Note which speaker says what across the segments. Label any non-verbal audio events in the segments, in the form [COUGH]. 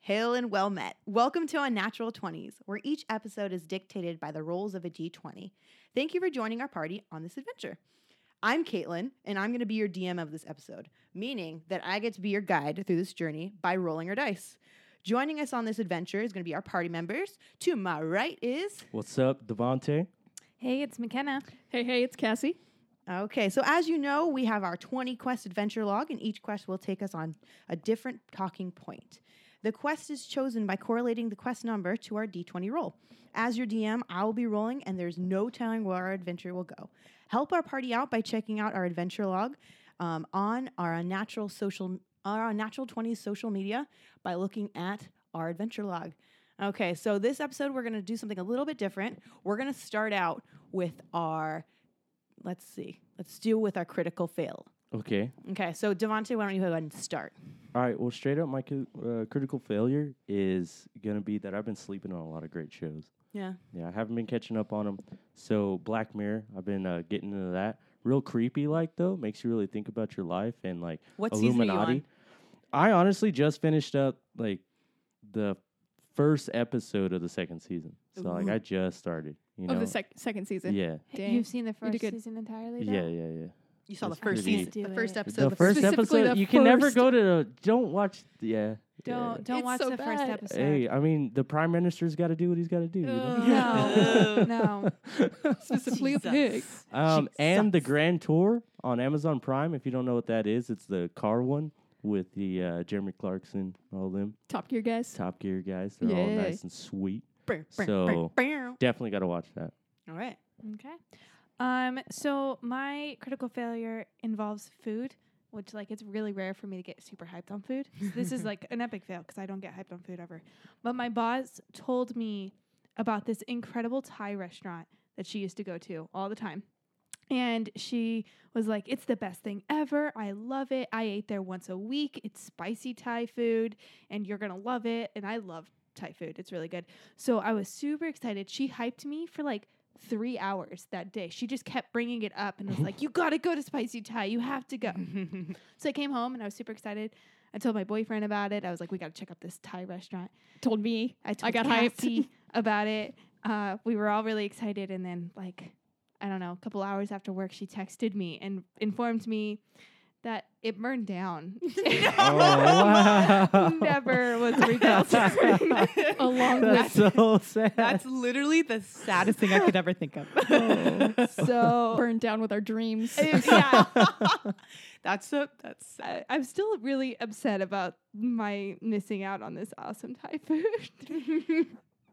Speaker 1: Hail and well met. Welcome to Unnatural 20s, where each episode is dictated by the roles of a G20. Thank you for joining our party on this adventure. I'm Caitlin, and I'm going to be your DM of this episode, meaning that I get to be your guide through this journey by rolling our dice. Joining us on this adventure is going to be our party members. To my right is
Speaker 2: What's up, Devonte?
Speaker 3: Hey, it's McKenna.
Speaker 4: Hey, hey, it's Cassie.
Speaker 1: Okay, so as you know, we have our 20 quest adventure log, and each quest will take us on a different talking point. The quest is chosen by correlating the quest number to our d20 roll. As your DM, I will be rolling, and there's no telling where our adventure will go. Help our party out by checking out our adventure log um, on our unnatural social, our unnatural 20s social media by looking at our adventure log. Okay, so this episode we're going to do something a little bit different. We're going to start out with our let's see. Let's deal with our critical fail.
Speaker 2: Okay.
Speaker 1: Okay, so Devontae, why don't you go ahead and start?
Speaker 2: All right. Well, straight up, my cri- uh, critical failure is gonna be that I've been sleeping on a lot of great shows.
Speaker 1: Yeah.
Speaker 2: Yeah, I haven't been catching up on them. So Black Mirror, I've been uh, getting into that. Real creepy, like though, makes you really think about your life and like
Speaker 1: What season are you
Speaker 2: Illuminati.
Speaker 1: on?
Speaker 2: I honestly just finished up like the first episode of the second season. So like
Speaker 1: Ooh.
Speaker 2: I just started. You know.
Speaker 4: Of the sec- second season.
Speaker 2: yeah.
Speaker 4: Dang.
Speaker 3: You've seen the
Speaker 4: You did
Speaker 3: first
Speaker 4: good.
Speaker 3: season entirely?
Speaker 2: Yeah.
Speaker 3: though?
Speaker 2: Yeah. Yeah.
Speaker 1: You saw
Speaker 2: That's
Speaker 1: the first
Speaker 2: pretty- [LAUGHS]
Speaker 1: season,
Speaker 3: Do
Speaker 1: the first
Speaker 3: it.
Speaker 1: episode.
Speaker 2: the first
Speaker 4: specifically
Speaker 2: episode.
Speaker 4: the
Speaker 2: you can never
Speaker 4: first. [LAUGHS]
Speaker 2: go to the. Don't watch. Yeah. yeah.
Speaker 3: Don't don't
Speaker 4: It's
Speaker 3: watch
Speaker 4: so
Speaker 3: the first
Speaker 4: bad.
Speaker 3: episode.
Speaker 2: Hey, I mean, the prime minister's got to do what he's got to do. You know?
Speaker 3: [LAUGHS]
Speaker 1: [LAUGHS]
Speaker 3: No, no.
Speaker 4: Specifically a
Speaker 1: Jesus.
Speaker 4: pig.
Speaker 2: [LAUGHS] Um, and the
Speaker 1: Jesus.
Speaker 2: Grand Tour on Amazon Prime. If you don't know what that is, it's the car one with the uh, Jeremy Clarkson, all them
Speaker 4: Top Gear guys.
Speaker 2: Top Gear guys. They're all
Speaker 4: Yay.
Speaker 2: nice and sweet.
Speaker 1: Brr, brr, brr,
Speaker 2: So-
Speaker 1: brr.
Speaker 2: Definitely got to watch
Speaker 4: [LAUGHS]
Speaker 2: that.
Speaker 1: All right.
Speaker 3: Okay. Um, so my critical failure involves food, which like it's really rare for me to get super hyped on food. So
Speaker 1: [LAUGHS]
Speaker 3: this is like an epic fail because I don't get hyped on food ever. But my boss told me about this incredible Thai restaurant that she used to go to all the time. And she was like, It's the best thing ever. I love it. I ate there once a week. It's spicy Thai food, and you're going to love it. And I love Thai food, it's really good. So I was super excited. She hyped me for like three hours that day. She just kept bringing it up and was like, You got to go to Spicy Thai. You have to go. so I came home and I was super excited. I told my boyfriend about it. I was like, We got to check out this Thai restaurant.
Speaker 4: Told me.
Speaker 3: I told
Speaker 4: got hyped.
Speaker 3: Cassie [LAUGHS] about it. Uh, we were all really excited, and then like I don't know, a couple hours after work, she texted me and informed me that it burned down. [LAUGHS]
Speaker 2: Oh, wow.
Speaker 3: Never was rebuilt.
Speaker 4: Along
Speaker 2: [LAUGHS] That's
Speaker 4: [LAUGHS]
Speaker 2: so sad.
Speaker 1: That's literally the saddest thing I could ever think
Speaker 2: [LAUGHS]
Speaker 1: of. [LAUGHS]
Speaker 2: Oh.
Speaker 3: so
Speaker 4: burned down with our dreams.
Speaker 3: it- yeah,
Speaker 1: that's a, that's
Speaker 3: I, I'm still really upset about my missing out on this awesome Thai food. [LAUGHS]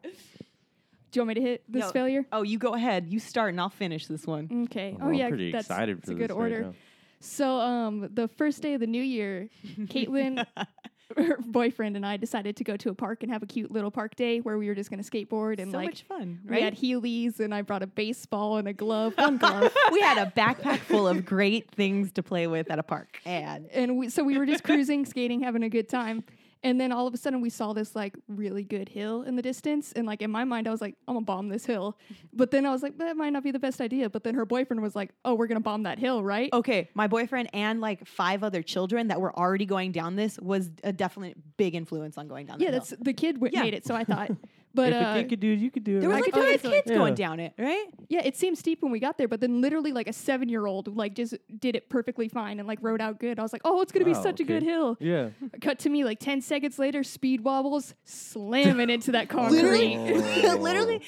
Speaker 4: Do you want me to hit this
Speaker 1: No.
Speaker 4: failure?
Speaker 1: Oh, you go ahead. You start and I'll finish this one.
Speaker 4: Okay.
Speaker 2: Well,
Speaker 4: Oh,
Speaker 2: I'm
Speaker 4: yeah.
Speaker 2: pretty
Speaker 4: that's,
Speaker 2: excited
Speaker 4: that's
Speaker 2: for
Speaker 4: a good
Speaker 2: this right
Speaker 4: order.
Speaker 2: now.
Speaker 4: So, um, the first day of the new year,
Speaker 1: [LAUGHS]
Speaker 4: Caitlin, [LAUGHS] her boyfriend, and I decided to go to a park and have a cute little park day where we were just going to skateboard and
Speaker 1: so
Speaker 4: like
Speaker 1: much fun,
Speaker 4: we
Speaker 1: right?
Speaker 4: had Heelys and I brought a baseball and
Speaker 1: [LAUGHS]
Speaker 4: a glove, one glove,
Speaker 1: We had a backpack full of great things to play with at a park. And
Speaker 4: and we, so we
Speaker 2: [LAUGHS]
Speaker 4: were just cruising, skating, having a good time. And then all of a sudden, we saw this like really good hill in the distance. And like in my mind, I was like, I'm gonna bomb
Speaker 2: [LAUGHS]
Speaker 4: this hill. But then I was like, that might not be the best idea. But then her boyfriend was like, Oh, we're gonna bomb that hill, right?
Speaker 2: Oh,
Speaker 1: okay, my boyfriend and like five other children that were already going down this was a definite big influence on going down.
Speaker 4: yeah,
Speaker 1: that hill.
Speaker 4: that's the kid w-
Speaker 1: Yeah.
Speaker 4: made it. So
Speaker 2: [LAUGHS]
Speaker 4: I thought, but
Speaker 2: if a
Speaker 4: uh,
Speaker 2: kid could do it, you could do it.
Speaker 1: There was
Speaker 2: right?
Speaker 1: like
Speaker 4: could do
Speaker 1: five
Speaker 4: this one.
Speaker 1: kids going
Speaker 2: Yeah.
Speaker 1: down it, right?
Speaker 4: yeah, it seemed steep when we got there. But then literally like a seven year old like just did it perfectly fine and like rode out good. I was like, Oh, it's gonna be
Speaker 2: Wow,
Speaker 4: such a good
Speaker 2: okay.
Speaker 4: hill.
Speaker 2: [LAUGHS] yeah.
Speaker 4: Cut to me like 10 seconds later, speed wobbles, slamming
Speaker 2: [LAUGHS]
Speaker 4: into that concrete.
Speaker 1: Literally,
Speaker 2: Oh.
Speaker 1: [LAUGHS] literally,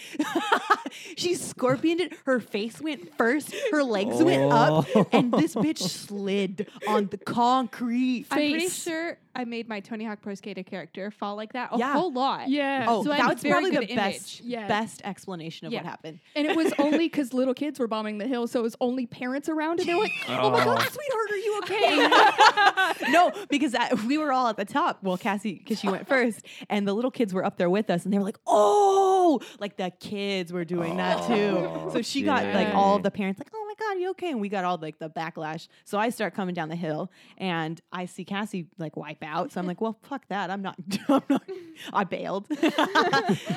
Speaker 1: she scorpioned it. Her face went first, her legs went up, and this bitch slid on the concrete.
Speaker 3: I'm pretty
Speaker 4: face.
Speaker 3: sure I made my Tony Hawk Pro Skater character fall like that a
Speaker 1: Yeah.
Speaker 3: whole lot.
Speaker 4: Yeah.
Speaker 1: Oh,
Speaker 3: So I
Speaker 1: that
Speaker 3: have a
Speaker 1: was
Speaker 3: very
Speaker 1: probably the
Speaker 3: good image. [LAUGHS]
Speaker 1: best,
Speaker 4: Yeah.
Speaker 1: best explanation of what
Speaker 3: Yeah.
Speaker 1: happened.
Speaker 4: And it was only because little kids were bombing the hill, so it was only parents around, and they're like, "Oh,
Speaker 2: [LAUGHS]
Speaker 4: my god, [LAUGHS]
Speaker 2: Oh.
Speaker 4: sweetheart, are you
Speaker 1: [LAUGHS]
Speaker 4: okay?"
Speaker 1: no, because I, we were all at the top. Well, Cassie, because she went first, and the little kids were up there with us, and they were like, "Oh!" Like the kids were doing that too.
Speaker 2: Oh,
Speaker 1: So she got like
Speaker 4: dang.
Speaker 1: all of the parents like, "Oh my God, you okay? And we got all like the backlash. So I start coming down the hill and I see Cassie like wipe out. So I'm like, well, fuck that. I'm not, [LAUGHS] I'm not I bailed. [LAUGHS]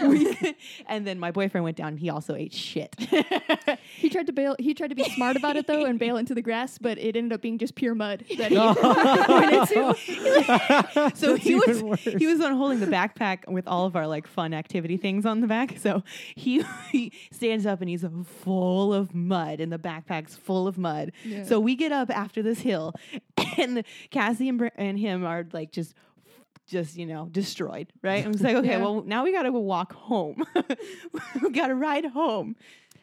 Speaker 1: We- and then my boyfriend went down and he also ate shit. [LAUGHS]
Speaker 4: He tried to bail. He tried to be smart about it though and bail into the grass, but it ended up being just pure mud that he
Speaker 2: [LAUGHS]
Speaker 4: [LAUGHS] went into.
Speaker 1: so he
Speaker 2: That's
Speaker 1: was
Speaker 2: even worse.
Speaker 1: he was the one holding the backpack with all of our like fun activity things on the back. So he, [LAUGHS] he stands up and he's full of mud and the backpack's full of mud.
Speaker 4: Yeah.
Speaker 1: So we get up after this hill [LAUGHS] and Cassie and, Br- and him are like just just you know destroyed right i'm just like okay
Speaker 4: Yeah.
Speaker 1: well now we gotta go walk home [LAUGHS] we gotta ride home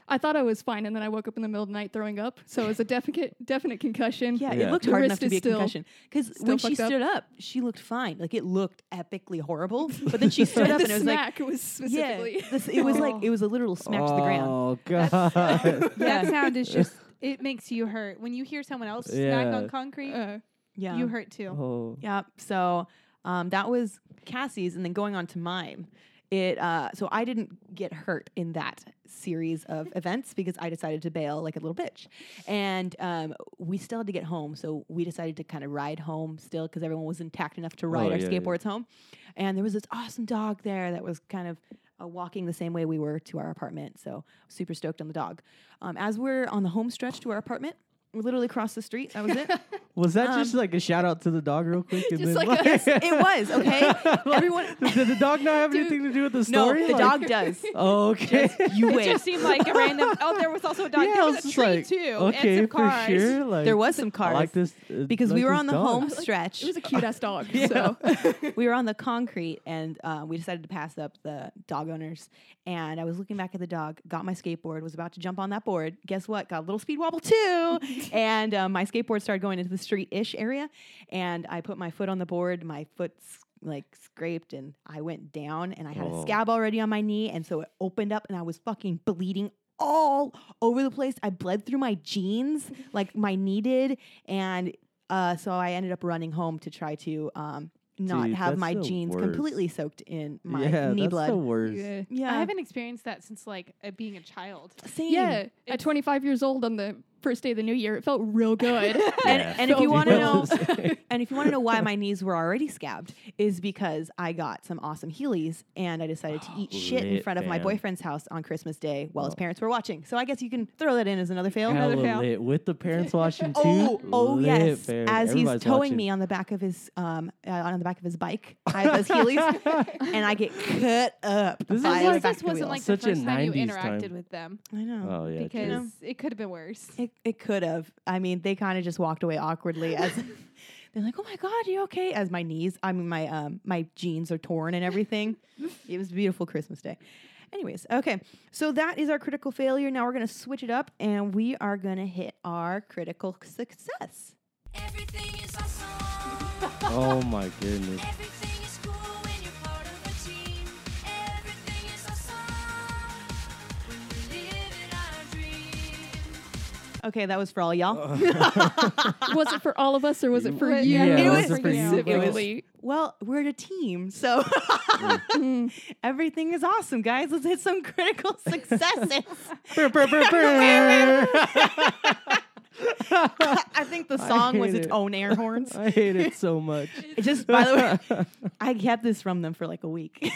Speaker 4: I thought I was fine, and then I woke up in the middle of the night throwing up. So it was a definite, definite concussion.
Speaker 1: Yeah, it
Speaker 2: Yeah.
Speaker 1: looked
Speaker 4: The
Speaker 1: hard
Speaker 4: wrist
Speaker 1: enough to
Speaker 4: is
Speaker 1: be a
Speaker 4: still-
Speaker 1: concussion. Because
Speaker 4: still
Speaker 1: when she
Speaker 4: fucked up.
Speaker 1: stood up, she looked fine. Like it looked epically horrible. But then
Speaker 4: [LAUGHS]
Speaker 1: she stood up
Speaker 4: the
Speaker 1: and it was like,
Speaker 4: smack was
Speaker 1: yeah,
Speaker 4: specifically.
Speaker 1: this- it was like
Speaker 3: Oh.
Speaker 1: it was a literal smack to the ground.
Speaker 2: Oh god.
Speaker 3: That
Speaker 1: Yeah.
Speaker 3: sound is just it makes you hurt when you hear someone else smack
Speaker 2: Yeah.
Speaker 3: on concrete.
Speaker 4: Uh,
Speaker 1: Yeah,
Speaker 3: You hurt
Speaker 2: [LAUGHS]
Speaker 3: too.
Speaker 2: oh.
Speaker 1: yeah. So um, that was Cassie's, and then going on to mine. It uh, so I didn't get hurt in that series
Speaker 2: [LAUGHS]
Speaker 1: of events because I decided to bail like a little bitch, and um, we still had to get home. So we decided to kind of ride home still because everyone was intact enough to ride
Speaker 2: Oh,
Speaker 1: our
Speaker 2: yeah, yeah.
Speaker 1: skateboards home. And there was this awesome dog there that was kind of uh, walking the same way we were to our apartment. So super stoked on the dog. Um, as we're on the home stretch to our apartment, we're literally across the street. That
Speaker 2: [LAUGHS]
Speaker 1: was it.
Speaker 2: Was that
Speaker 1: Um,
Speaker 2: just like a shout out to the dog real quick? and
Speaker 4: Just
Speaker 2: then, [LAUGHS]
Speaker 4: like a- [LAUGHS]
Speaker 1: it was okay. Everyone,
Speaker 2: Did the dog not have
Speaker 4: Dude.
Speaker 2: anything to do with the
Speaker 1: no,
Speaker 2: story?
Speaker 1: the
Speaker 2: Like-
Speaker 1: [LAUGHS] dog does.
Speaker 2: Oh, okay.
Speaker 1: You
Speaker 3: It
Speaker 1: wait.
Speaker 3: just seemed like a random. Oh, there was also a dog.
Speaker 2: Yeah, I
Speaker 3: there
Speaker 2: was
Speaker 3: was a
Speaker 2: just
Speaker 3: tree
Speaker 2: like,
Speaker 3: too,
Speaker 2: Okay,
Speaker 3: and some
Speaker 2: for
Speaker 3: cars.
Speaker 2: sure. Like,
Speaker 1: there was some
Speaker 2: I
Speaker 1: cars
Speaker 2: like this uh,
Speaker 1: because
Speaker 2: like
Speaker 1: we were
Speaker 2: this
Speaker 1: on the
Speaker 2: dog.
Speaker 1: home
Speaker 2: [LAUGHS]
Speaker 4: like,
Speaker 1: stretch.
Speaker 4: it was a cute ass dog. So
Speaker 1: we were on the concrete and uh, we decided to pass up the dog owners. And I was looking back at the dog, got my skateboard, was about to jump on that board. Guess what? Got a little speed wobble too. and um, my skateboard started going into the street ish area. And I put my foot on the board. My foot s- like scraped and I went down and I had
Speaker 2: Oh.
Speaker 1: a scab already on my knee. And so it opened up and I was fucking bleeding all over the place. I bled through my jeans, like my knee did. And uh, so I ended up running home to try to um, not
Speaker 2: Dude,
Speaker 1: have
Speaker 2: that's
Speaker 1: my
Speaker 2: the
Speaker 1: jeans
Speaker 2: worst.
Speaker 1: completely soaked in my
Speaker 2: yeah,
Speaker 1: knee
Speaker 2: that's
Speaker 1: blood.
Speaker 2: the worst.
Speaker 4: yeah.
Speaker 1: yeah,
Speaker 3: I haven't experienced that since like uh, being a child.
Speaker 1: seen.
Speaker 4: Yeah, at
Speaker 3: It's-
Speaker 4: 25 years old on the first day of the new year, it felt real good.
Speaker 1: And,
Speaker 2: Yeah.
Speaker 1: and if
Speaker 2: [LAUGHS]
Speaker 1: you
Speaker 4: So
Speaker 1: want to know, [LAUGHS]
Speaker 2: know,
Speaker 1: and if you want to know
Speaker 2: [LAUGHS]
Speaker 1: why my knees were already scabbed, is because I got some awesome Heelys and I decided to eat shit in
Speaker 2: Lit,
Speaker 1: front of my
Speaker 2: fam.
Speaker 1: boyfriend's house on Christmas Day while his
Speaker 2: Oh.
Speaker 1: parents were watching. So I guess you can throw that in as another fail.
Speaker 3: another fail.
Speaker 2: lit with the parents watching too.
Speaker 1: [LAUGHS] Oh, oh
Speaker 2: lit,
Speaker 1: yes!
Speaker 2: fam.
Speaker 1: As he's
Speaker 2: Everybody's
Speaker 1: towing
Speaker 2: watching.
Speaker 1: me on the back of his um uh, on the back of his
Speaker 2: [LAUGHS]
Speaker 1: bike, I have those Heelys, and I get cut up.
Speaker 2: This is
Speaker 1: by
Speaker 3: At
Speaker 1: the back
Speaker 3: least this
Speaker 1: of the
Speaker 3: wasn't
Speaker 1: wheels.
Speaker 3: like
Speaker 2: Such a
Speaker 3: the first time you
Speaker 2: 90s
Speaker 3: interacted
Speaker 2: time.
Speaker 3: with them
Speaker 1: I know.
Speaker 2: Oh yeah,
Speaker 3: because
Speaker 2: true.
Speaker 3: it could have been worse.
Speaker 1: It, it could have. I mean, they kind of just walked away awkwardly
Speaker 2: [LAUGHS]
Speaker 1: as [LAUGHS] they're like, "Oh my god, you okay?" As my knees, I mean, my um, my jeans are torn and
Speaker 2: [LAUGHS]
Speaker 1: everything. it was a beautiful Christmas day. Anyways, okay, so that is our critical failure. Now we're gonna switch it up and we are gonna hit our critical success.
Speaker 5: Everything is awesome.
Speaker 1: [LAUGHS]
Speaker 2: oh my goodness.
Speaker 5: Everything is cool when you're part of a team. Everything is awesome when we live in our dream.
Speaker 1: Okay, that was for all
Speaker 2: [LAUGHS]
Speaker 1: y'all.
Speaker 4: was it for all of us or was it for
Speaker 3: Yeah,
Speaker 4: you?
Speaker 2: it
Speaker 1: was
Speaker 2: for you,
Speaker 1: but-
Speaker 4: specifically.
Speaker 1: well, we're a team, so
Speaker 4: Mm.
Speaker 1: [LAUGHS] everything is awesome, guys. Let's hit some critical successes. [LAUGHS]
Speaker 2: Brr, brr, brr, brr.
Speaker 1: I think the
Speaker 2: I
Speaker 1: song was
Speaker 2: hate
Speaker 1: its
Speaker 2: it.
Speaker 1: own air horns.
Speaker 2: [LAUGHS] [LAUGHS] I hate it
Speaker 1: [LAUGHS]
Speaker 2: so much.
Speaker 1: It just by the
Speaker 2: [LAUGHS]
Speaker 1: way, I kept this from them for like a week. [LAUGHS]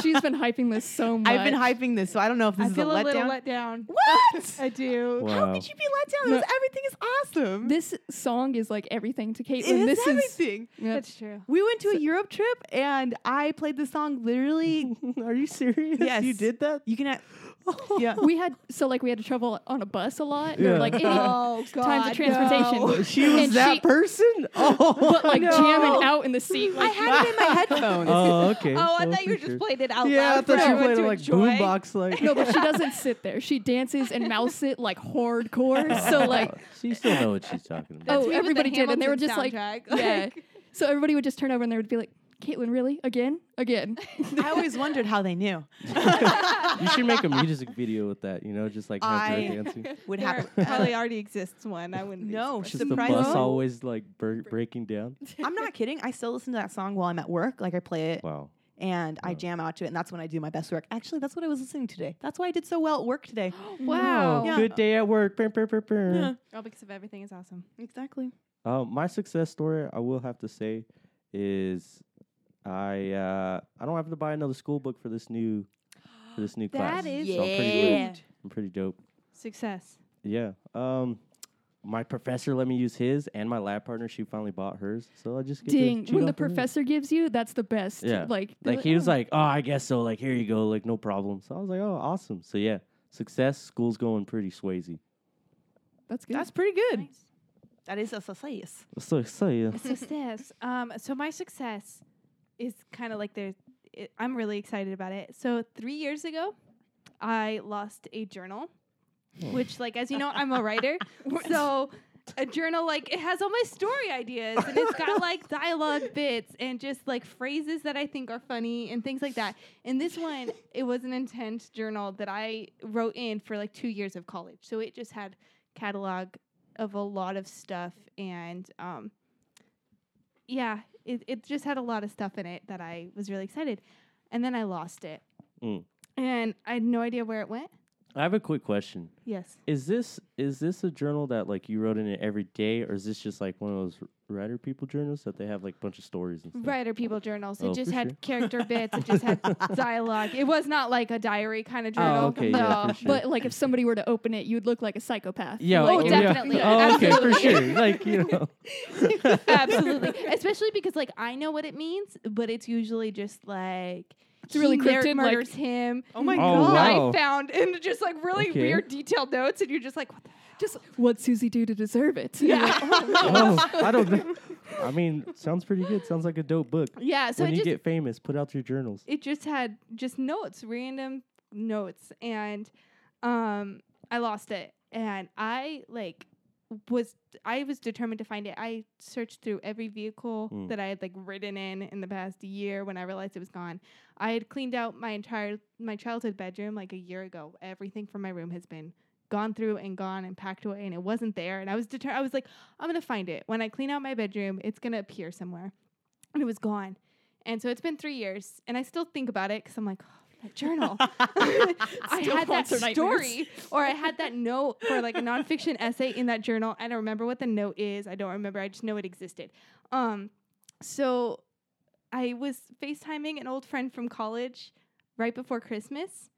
Speaker 4: She's been hyping this so much.
Speaker 1: I've been hyping this, so I don't know if this
Speaker 3: I
Speaker 1: is
Speaker 3: feel
Speaker 1: a letdown.
Speaker 3: a, little let down.
Speaker 1: what?
Speaker 3: [LAUGHS] I do.
Speaker 1: How
Speaker 2: Wow.
Speaker 1: could you be let down? This- everything is awesome.
Speaker 4: This song is like everything to
Speaker 1: Mm-hmm. it
Speaker 4: Caitlin.
Speaker 1: is
Speaker 4: This is.
Speaker 1: everything.
Speaker 4: Yeah.
Speaker 3: That's true.
Speaker 1: we went to a Europe trip, and I played this song literally.
Speaker 2: [LAUGHS] Are you serious?
Speaker 1: Yes.
Speaker 2: You did that?
Speaker 1: You can, a- yeah.
Speaker 4: We had so like we had to travel on a bus a lot. and
Speaker 2: Yeah.
Speaker 4: We're like
Speaker 3: [LAUGHS]
Speaker 4: any
Speaker 3: Oh God.
Speaker 4: times of
Speaker 2: [LAUGHS]
Speaker 4: transportation,
Speaker 3: no.
Speaker 2: She was
Speaker 4: And
Speaker 2: that
Speaker 4: she-
Speaker 2: person? Oh,
Speaker 4: but like
Speaker 2: no.
Speaker 4: jamming out in the seat.
Speaker 1: I
Speaker 4: Like,
Speaker 1: had it in my headphones.
Speaker 2: Oh, [LAUGHS] okay.
Speaker 3: [LAUGHS] Oh, I
Speaker 2: Well,
Speaker 3: thought you
Speaker 2: for
Speaker 3: were just
Speaker 2: sure.
Speaker 3: playing it out
Speaker 2: Yeah, I
Speaker 3: loud. for
Speaker 2: thought you
Speaker 3: everyone
Speaker 2: played
Speaker 3: to
Speaker 2: it like
Speaker 3: enjoy.
Speaker 2: boombox, like. [LAUGHS]
Speaker 4: no, but she doesn't sit there. She dances and mouths it like hardcore. So
Speaker 1: [LAUGHS]
Speaker 4: like
Speaker 2: [LAUGHS] she still know what she's talking about.
Speaker 3: That's
Speaker 4: Oh,
Speaker 3: me with the
Speaker 4: everybody did, and they were
Speaker 3: Hamilton
Speaker 4: just like,
Speaker 3: soundtrack, [LAUGHS]
Speaker 4: yeah.
Speaker 3: like-
Speaker 4: So everybody would just turn over, and they would be like, "Caitlin, really? Again? Again?"
Speaker 1: [LAUGHS] I always wondered how they knew. [LAUGHS] Oh.
Speaker 2: [LAUGHS] you should make a music video with that. You know, just like have her
Speaker 1: I-
Speaker 2: dancing.
Speaker 1: Would
Speaker 3: There
Speaker 1: happen.
Speaker 3: probably already exists one. I wouldn't. be
Speaker 1: No,
Speaker 3: surprised.
Speaker 2: Just the
Speaker 1: Surprising.
Speaker 2: bus always like bur- breaking down.
Speaker 1: I'm not kidding. I still listen to that song while I'm at work. Like I play it
Speaker 2: Wow.
Speaker 1: and I
Speaker 2: Wow.
Speaker 1: jam out to it, and that's when I do my best work. Actually, that's what I was listening to today. That's why I did so well at work [GASPS] today.
Speaker 4: [LAUGHS]
Speaker 3: Wow.
Speaker 1: Yeah.
Speaker 2: Oh, Good day at work. Brr, brr, brr, brr.
Speaker 1: yeah,
Speaker 3: All because of everything is awesome.
Speaker 1: exactly.
Speaker 2: Uh, my success story, I will have to say, is I uh, I don't have to buy another school book for this new for this new class.
Speaker 3: That is
Speaker 2: so I'm pretty lit. I'm pretty dope.
Speaker 3: Success.
Speaker 2: Yeah. Um, my professor let me use his, and my lab partner she finally bought hers, so I just get to
Speaker 4: Ding.
Speaker 2: cheat
Speaker 4: When the
Speaker 2: off of hers.
Speaker 4: professor gives you, that's the best.
Speaker 2: Yeah.
Speaker 4: Like, they're
Speaker 2: like he was
Speaker 4: "Oh,
Speaker 2: like, oh, I guess so. Like here you go, like no problem. So I was like, oh, awesome. So yeah, success. School's going pretty swazy.
Speaker 4: that's good.
Speaker 1: That's pretty good.
Speaker 3: Nice.
Speaker 1: That is a success.
Speaker 2: So so yeah.
Speaker 3: [LAUGHS] success. Um, so my success is kind of like there's. It, I'm really excited about it. So three years ago, I lost a journal,
Speaker 2: Oh.
Speaker 3: which, like as you know, I'm a writer. so a journal like it has all my story ideas and it's got like dialogue bits and just like phrases that I think are funny and things like that. And this one, it was an intent journal that I wrote in for like two years of college. So it just had catalog of a lot of stuff and um yeah, it, it just had a lot of stuff in it that I was really excited. And then I lost it.
Speaker 2: Mm.
Speaker 3: And I had no idea where it went.
Speaker 2: I have a quick question.
Speaker 3: Yes.
Speaker 2: Is this is this a journal that like you wrote in it every day, or is this just like one of those writer people journals that they have like a bunch of stories and stuff?
Speaker 3: Writer people journals. It
Speaker 2: Oh,
Speaker 3: just
Speaker 2: for
Speaker 3: had
Speaker 2: sure.
Speaker 3: character bits. It
Speaker 2: [LAUGHS]
Speaker 3: just had dialogue. It was not like a diary kind of journal.
Speaker 2: Oh, okay,
Speaker 3: no.
Speaker 2: yeah, for sure.
Speaker 4: But like, if somebody were to open it, you'd look like a psychopath.
Speaker 2: Yeah.
Speaker 3: Oh,
Speaker 4: Like,
Speaker 2: yeah. [LAUGHS]
Speaker 3: definitely.
Speaker 2: Oh, okay, for
Speaker 3: Absolutely.
Speaker 4: [LAUGHS]
Speaker 2: sure. Like you know.
Speaker 3: [LAUGHS]
Speaker 2: [LAUGHS]
Speaker 3: Absolutely. Especially because like I know what it means, but it's usually just like
Speaker 4: It's really
Speaker 3: he mar-
Speaker 4: cryptic, like-
Speaker 3: murders him.
Speaker 1: Oh my
Speaker 2: Oh,
Speaker 1: god.
Speaker 2: wow.
Speaker 3: I found and just like really
Speaker 2: Okay.
Speaker 3: weird detailed notes and you're just like what the
Speaker 4: Just what Susie do to deserve it? [LAUGHS] Yeah.
Speaker 2: oh, I don't. know. I mean, sounds pretty good. Sounds like a dope book.
Speaker 3: [LAUGHS] Yeah, so
Speaker 2: when
Speaker 3: it
Speaker 2: you
Speaker 3: just
Speaker 2: get famous, put out your journals.
Speaker 3: it just had just notes, random notes, and um, I lost it, and I like was I was determined to find it. I searched through every vehicle
Speaker 2: Mm.
Speaker 3: that I had like ridden in in the past year when I realized it was gone. I had cleaned out my entire my childhood bedroom like a year ago. Everything from my room has been gone through and gone and packed away and it wasn't there and I was determined I was like I'm going to find it. When I clean out my bedroom, it's going to appear somewhere. And it was gone. And so it's been 3 years and I still think about it cuz I'm like oh, that journal.
Speaker 4: [LAUGHS]
Speaker 3: [LAUGHS] I
Speaker 4: Still
Speaker 3: had that
Speaker 4: haunts her nightmares.
Speaker 3: story or I had that note for like a nonfiction essay in that journal. I don't remember what the note is. I don't remember. I just know it existed. Um, so I was FaceTiming an old friend from college right before Christmas,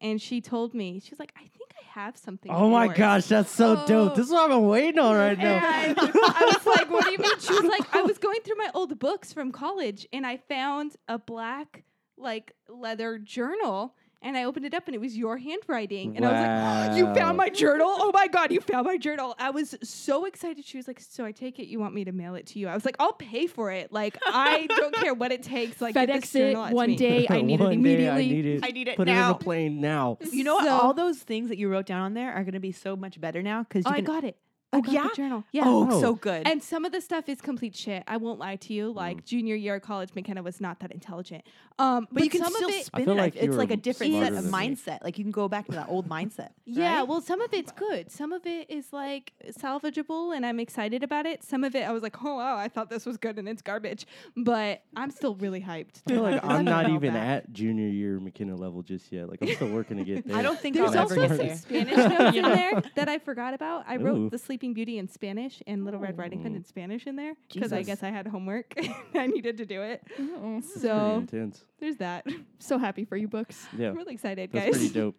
Speaker 3: and she told me, she was like, I think I have something.
Speaker 2: Oh
Speaker 3: of
Speaker 2: my
Speaker 3: yours."
Speaker 2: gosh, that's so dope.
Speaker 4: Oh.
Speaker 2: This is what I've been waiting on right now.
Speaker 3: And
Speaker 2: [LAUGHS]
Speaker 3: [LAUGHS] I was like, what do you mean? She was like, I was going through my old books from college and I found a black, like, leather journal. And I opened it up and it was your handwriting. And I was like, You
Speaker 1: Um,
Speaker 2: Wow.
Speaker 3: found my journal? Oh my God, you found my journal. I was so excited. She was like, So I take it you want me to mail it to you? I was like, I'll pay for it. Like,
Speaker 1: [LAUGHS]
Speaker 3: I don't care what it takes. Like, get this
Speaker 4: FedEx
Speaker 3: journal out
Speaker 4: it
Speaker 3: to
Speaker 4: one
Speaker 3: me."
Speaker 4: day.
Speaker 2: [LAUGHS]
Speaker 4: I need it
Speaker 2: One day I
Speaker 4: immediately.
Speaker 2: need it.
Speaker 1: I need it
Speaker 2: Put it
Speaker 1: now.
Speaker 2: in a plane now.
Speaker 1: You know what?
Speaker 3: So-
Speaker 1: All those things that you wrote down on there are going to be so much better now because you
Speaker 3: Oh, I
Speaker 1: can.
Speaker 3: got it.
Speaker 1: Oh,
Speaker 3: I got
Speaker 1: yeah?
Speaker 3: the journal. Yeah.
Speaker 1: Oh,
Speaker 2: Oh.
Speaker 1: so good. Mm.
Speaker 3: And some of the stuff is complete shit. I won't lie to you. Like junior year of college, McKenna was not that intelligent. Um, but,
Speaker 1: but, you can
Speaker 3: some
Speaker 1: still
Speaker 3: of it,
Speaker 2: I
Speaker 1: spin
Speaker 2: feel
Speaker 1: it.
Speaker 2: like you
Speaker 1: it's like
Speaker 2: were
Speaker 1: a different
Speaker 2: smarter
Speaker 1: set of
Speaker 2: than me.
Speaker 1: mindset. Like you can go back to that old [LAUGHS] mindset.
Speaker 3: yeah.
Speaker 1: right?
Speaker 3: Well, some of it's good. Some of it is like salvageable, and I'm excited about it. Some of it, I was like, oh wow, I thought this was good, and it's garbage. But I'm still really hyped.
Speaker 2: I feel [LAUGHS] like
Speaker 3: I
Speaker 2: I'm not
Speaker 3: felt
Speaker 2: even
Speaker 3: bad.
Speaker 2: at junior year McKenna level just yet. Like I'm still working to get there.
Speaker 1: I don't think
Speaker 3: There's
Speaker 1: I'll
Speaker 2: That's
Speaker 3: also
Speaker 1: ever get
Speaker 3: some
Speaker 2: smart.
Speaker 1: there.
Speaker 3: [LAUGHS] Spanish
Speaker 2: [LAUGHS]
Speaker 3: notes in there that I forgot about. I wrote
Speaker 2: Ooh.
Speaker 3: The Sleeping Beauty in Spanish and Little Red Riding Hood
Speaker 2: Ooh.
Speaker 3: in Spanish in there because I
Speaker 1: Jesus.
Speaker 3: guess I had homework. [LAUGHS] and I needed to do it.
Speaker 4: Oh,
Speaker 2: Pretty
Speaker 3: So
Speaker 2: intense.
Speaker 3: there's that.
Speaker 4: so happy for you, books.
Speaker 2: Yeah,
Speaker 3: I'm really excited,
Speaker 2: that's
Speaker 3: guys.
Speaker 2: pretty dope.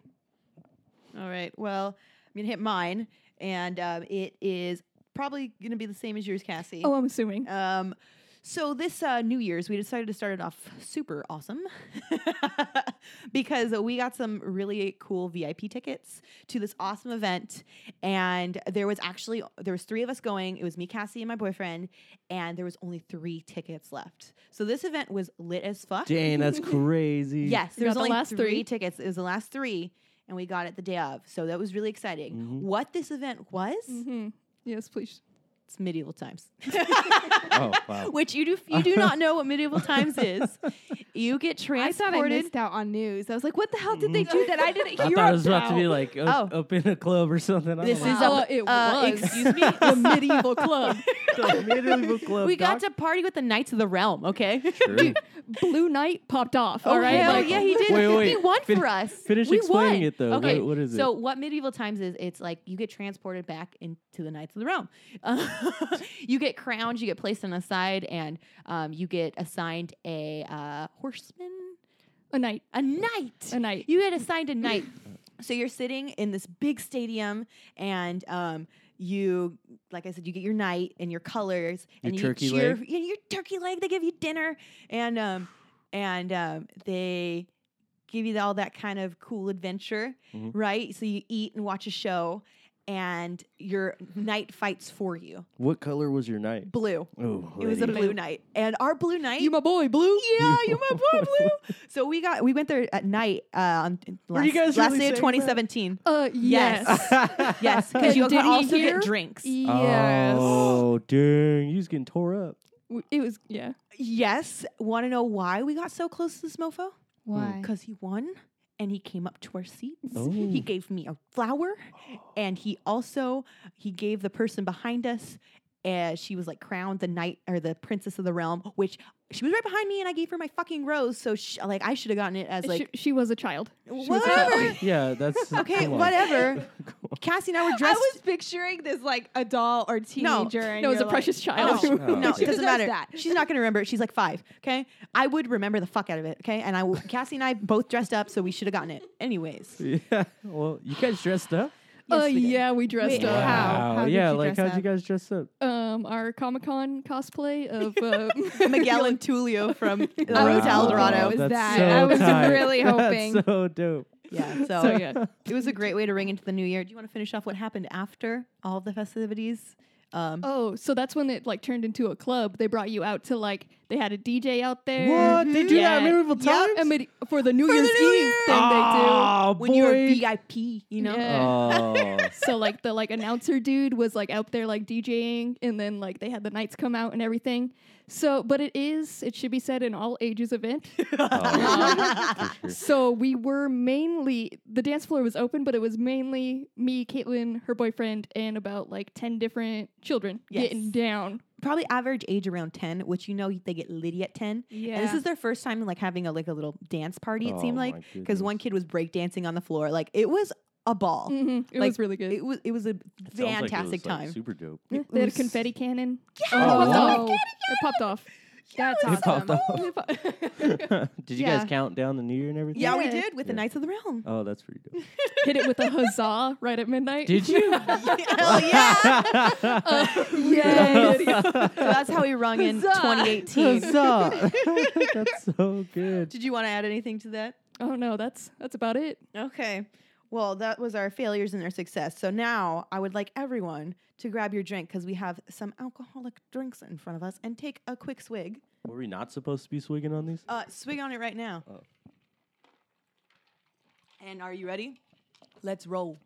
Speaker 1: All right. Well, I'm gonna hit mine, and um, it is probably gonna be the same as yours, Cassie.
Speaker 4: Oh, I'm assuming.
Speaker 1: Um, so this uh, New Year's, we decided to start it off super awesome [LAUGHS] because we got some really cool VIP tickets to this awesome event, and there was actually there was three of us going. It was me, Cassie, and my boyfriend, and there was only three tickets left. So this event was lit as fuck.
Speaker 2: Dang, that's crazy.
Speaker 1: Yes,
Speaker 4: You
Speaker 1: there
Speaker 4: got
Speaker 1: was
Speaker 4: the
Speaker 1: only
Speaker 4: last
Speaker 1: three,
Speaker 4: three.
Speaker 1: tickets. It was the last three, and we got it the day of. So that was really exciting.
Speaker 2: Mhm.
Speaker 1: What this event was?
Speaker 4: hmm Yes, please.
Speaker 1: It's medieval times.
Speaker 2: Oh
Speaker 1: [LAUGHS]
Speaker 2: wow.
Speaker 1: Which you do you do not know what medieval times is. You get
Speaker 3: [LAUGHS] I
Speaker 1: transported.
Speaker 3: thought I missed out on news. I was like, what the hell did they do that
Speaker 4: [LAUGHS]
Speaker 3: I didn't
Speaker 2: I
Speaker 3: hear
Speaker 2: thought it was about to
Speaker 3: about?
Speaker 2: be like up, up in a club or something. I
Speaker 1: This
Speaker 2: don't know.
Speaker 1: is
Speaker 4: Wow.
Speaker 1: a uh, [LAUGHS]
Speaker 4: It was.
Speaker 1: excuse me. [LAUGHS]
Speaker 4: the medieval club.
Speaker 2: Immediately book club.
Speaker 1: we got
Speaker 2: doc.
Speaker 1: to party with the Knights of the Realm, okay?
Speaker 2: True.
Speaker 4: Blue Knight popped off.
Speaker 1: [LAUGHS]
Speaker 4: all right,
Speaker 1: Oh, hell
Speaker 4: like,
Speaker 1: yeah, he did.
Speaker 2: Wait, wait,
Speaker 1: He won
Speaker 2: fin-
Speaker 1: for us.
Speaker 2: finish
Speaker 1: we
Speaker 2: explaining
Speaker 1: won.
Speaker 2: it, though.
Speaker 1: Okay,
Speaker 2: What- what is it?
Speaker 1: So what medieval times is? It's like you get transported back into the Knights of the Realm. [LAUGHS] Uh, you get crowned. You get placed on a side, and um, you get assigned a uh, horseman,
Speaker 4: a knight,
Speaker 1: a knight.
Speaker 4: a knight.
Speaker 1: You get assigned a knight. so you're sitting in this big stadium, and um, you, like I said, you get your knight and your colors,
Speaker 2: Your
Speaker 1: and you
Speaker 2: turkey
Speaker 1: cheer,
Speaker 2: leg?
Speaker 1: yeah, your turkey leg. They give you dinner, and um, and um, they give you all that kind of cool adventure,
Speaker 2: Mhm.
Speaker 1: right? So you eat and watch a show, and your knight fights for you.
Speaker 2: what color was your night?
Speaker 1: Blue.
Speaker 2: Oh,
Speaker 1: It was a
Speaker 2: lady.
Speaker 1: blue knight, and our blue knight.
Speaker 4: You my boy, Blue.
Speaker 1: yeah, you my boy, [LAUGHS] blue. So we got we went there at night uh, on
Speaker 2: Were
Speaker 1: last,
Speaker 2: you guys
Speaker 1: last
Speaker 2: really
Speaker 1: day of
Speaker 2: saying
Speaker 1: [LAUGHS]
Speaker 2: that?
Speaker 1: 2017.
Speaker 4: Uh,
Speaker 1: Yes.
Speaker 4: yes.
Speaker 2: [LAUGHS]
Speaker 1: Yes, because you
Speaker 4: Did
Speaker 1: can
Speaker 4: he
Speaker 1: also
Speaker 4: hear?
Speaker 1: get drinks.
Speaker 4: [LAUGHS] Yes.
Speaker 2: Oh, dang. You was getting tore up.
Speaker 4: W- It was yeah.
Speaker 1: Yes. Want to know why we got so close to this mofo?
Speaker 4: Mm.
Speaker 2: Why?
Speaker 1: Because he won and he came up to our seats.
Speaker 2: Oh.
Speaker 1: He gave me a flower and he also he gave the person behind us and she was like crowned the knight or the princess of the realm, which she was right behind me and I gave her my fucking rose. So sh like I should have gotten it as like
Speaker 4: she, she was a child. was a child.
Speaker 1: whatever.
Speaker 2: Yeah, that's.
Speaker 1: Okay,
Speaker 2: [LAUGHS] come on.
Speaker 1: whatever. Cassie and I were
Speaker 3: [LAUGHS] I
Speaker 1: dressed.
Speaker 3: was picturing this like a doll or teenager. and
Speaker 4: No, it was a
Speaker 3: you're like-
Speaker 4: precious
Speaker 1: No,
Speaker 4: child. [LAUGHS]
Speaker 2: Oh,
Speaker 1: no,
Speaker 2: she
Speaker 1: it doesn't
Speaker 3: does
Speaker 1: matter.
Speaker 3: that.
Speaker 1: She's not going to remember it. She's like five. Okay, I would remember the fuck out of it. Okay, and I, w- Cassie and I both dressed up, so we should have gotten it.
Speaker 2: [LAUGHS]
Speaker 1: Anyways,
Speaker 2: Yeah. Well, you guys dressed up.
Speaker 4: Uh,
Speaker 1: Yes, we did.
Speaker 4: yeah, we dressed
Speaker 3: Wait,
Speaker 4: up.
Speaker 3: How? How did
Speaker 2: yeah,
Speaker 3: you
Speaker 2: like
Speaker 3: dress
Speaker 2: how'd you
Speaker 3: up?
Speaker 2: guys dress up?
Speaker 4: Um, our Comic Con cosplay of uh, [LAUGHS]
Speaker 1: Miguel and Tulio from La
Speaker 3: I was
Speaker 1: Rosa
Speaker 3: Wow.
Speaker 1: Eldorado.
Speaker 3: It was
Speaker 2: That's
Speaker 3: that.
Speaker 2: so
Speaker 3: I was
Speaker 2: tight.
Speaker 3: really
Speaker 2: That's
Speaker 3: hoping.
Speaker 2: so dope.
Speaker 1: Yeah, so,
Speaker 4: So Oh, yeah,
Speaker 1: it was a great way to ring into the new year. Do you want to finish off what happened after all of the festivities? Um,
Speaker 4: Oh, so that's when it like turned into a club. They brought you out to like they had a DJ out there.
Speaker 2: What? They do that at Medieval
Speaker 4: Yep.
Speaker 2: Times?
Speaker 4: A medi- for the New Year's
Speaker 1: the New
Speaker 4: Eve
Speaker 1: Year.
Speaker 4: thing
Speaker 2: oh,
Speaker 1: when you were
Speaker 2: boy.
Speaker 1: VIP, you know.
Speaker 4: Yeah.
Speaker 2: [LAUGHS] Oh.
Speaker 4: they do. So like the like announcer dude was like out there like DJing, and then like they had the knights come out and everything. So, but it is it should be said an all ages event.
Speaker 2: [LAUGHS] Oh, for sure.
Speaker 4: so we were mainly the dance floor was open, but it was mainly me, Caitlin, her boyfriend, and about like ten different children
Speaker 1: Yes.
Speaker 4: getting down.
Speaker 1: Probably average age around ten, which you know they get litty at ten.
Speaker 3: Yeah.
Speaker 1: And this is their first time like having a like a little dance party. It
Speaker 2: Oh,
Speaker 1: seemed
Speaker 2: my
Speaker 1: like because one
Speaker 2: goodness.
Speaker 1: kid was breakdancing on the floor. Like it was a ball.
Speaker 4: Mhm. It
Speaker 1: Like,
Speaker 4: was really good.
Speaker 1: It was it was a
Speaker 2: It sounds like it was,
Speaker 1: fantastic
Speaker 2: like,
Speaker 1: time.
Speaker 2: super dope.
Speaker 4: Yeah,
Speaker 1: It
Speaker 4: they had a
Speaker 1: was-
Speaker 4: confetti cannon.
Speaker 2: Oh,
Speaker 4: it popped
Speaker 2: wow.
Speaker 4: off. It popped off.
Speaker 3: That's
Speaker 2: It
Speaker 3: awesome.
Speaker 2: popped off. [LAUGHS] Did you
Speaker 4: Yeah.
Speaker 2: guys count down the New Year and everything?
Speaker 1: yeah, we
Speaker 4: Yeah.
Speaker 1: did with the
Speaker 2: Yeah.
Speaker 1: Knights of the Realm.
Speaker 2: Oh, that's pretty dope.
Speaker 4: [LAUGHS] Hit it with a huzzah right at midnight.
Speaker 2: Did
Speaker 4: [LAUGHS]
Speaker 2: you?
Speaker 1: Hell [LAUGHS] yeah!
Speaker 2: [LAUGHS]
Speaker 1: Oh,
Speaker 4: Yes.
Speaker 1: So that's how we rung [LAUGHS] in
Speaker 2: [LAUGHS]
Speaker 1: 2018.
Speaker 2: Huzzah. that's so good.
Speaker 1: Did you want to add anything to that?
Speaker 4: [LAUGHS] oh no, that's that's about it.
Speaker 1: Okay. Well, that was our failures and our success. So now I would like everyone to grab your drink because we have some alcoholic drinks in front of us and take a quick swig.
Speaker 2: Were we not supposed to be swigging on these?
Speaker 1: Uh, swig on it right now.
Speaker 2: Oh.
Speaker 1: And are you ready? Let's roll.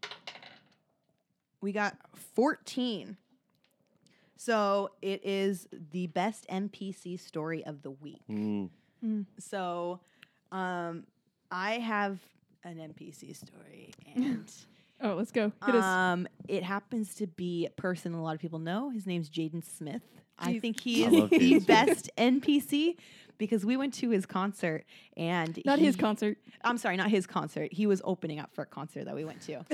Speaker 1: We got 14. So it is the best NPC story of the week.
Speaker 2: Mm.
Speaker 1: So um, I have an NPC story, and
Speaker 4: Oh, let's go. Hit us.
Speaker 1: um, it happens to be a person a lot of people know. His name's Jaden Smith. I
Speaker 4: Jeez.
Speaker 1: think he
Speaker 2: I
Speaker 1: is
Speaker 2: love Jaden
Speaker 1: the
Speaker 2: Smith.
Speaker 1: best NPC because we went to his concert and
Speaker 4: Not his
Speaker 1: he-
Speaker 4: concert.
Speaker 1: I'm sorry, not his concert. He was opening up for a concert that we went
Speaker 4: [LAUGHS]
Speaker 1: to,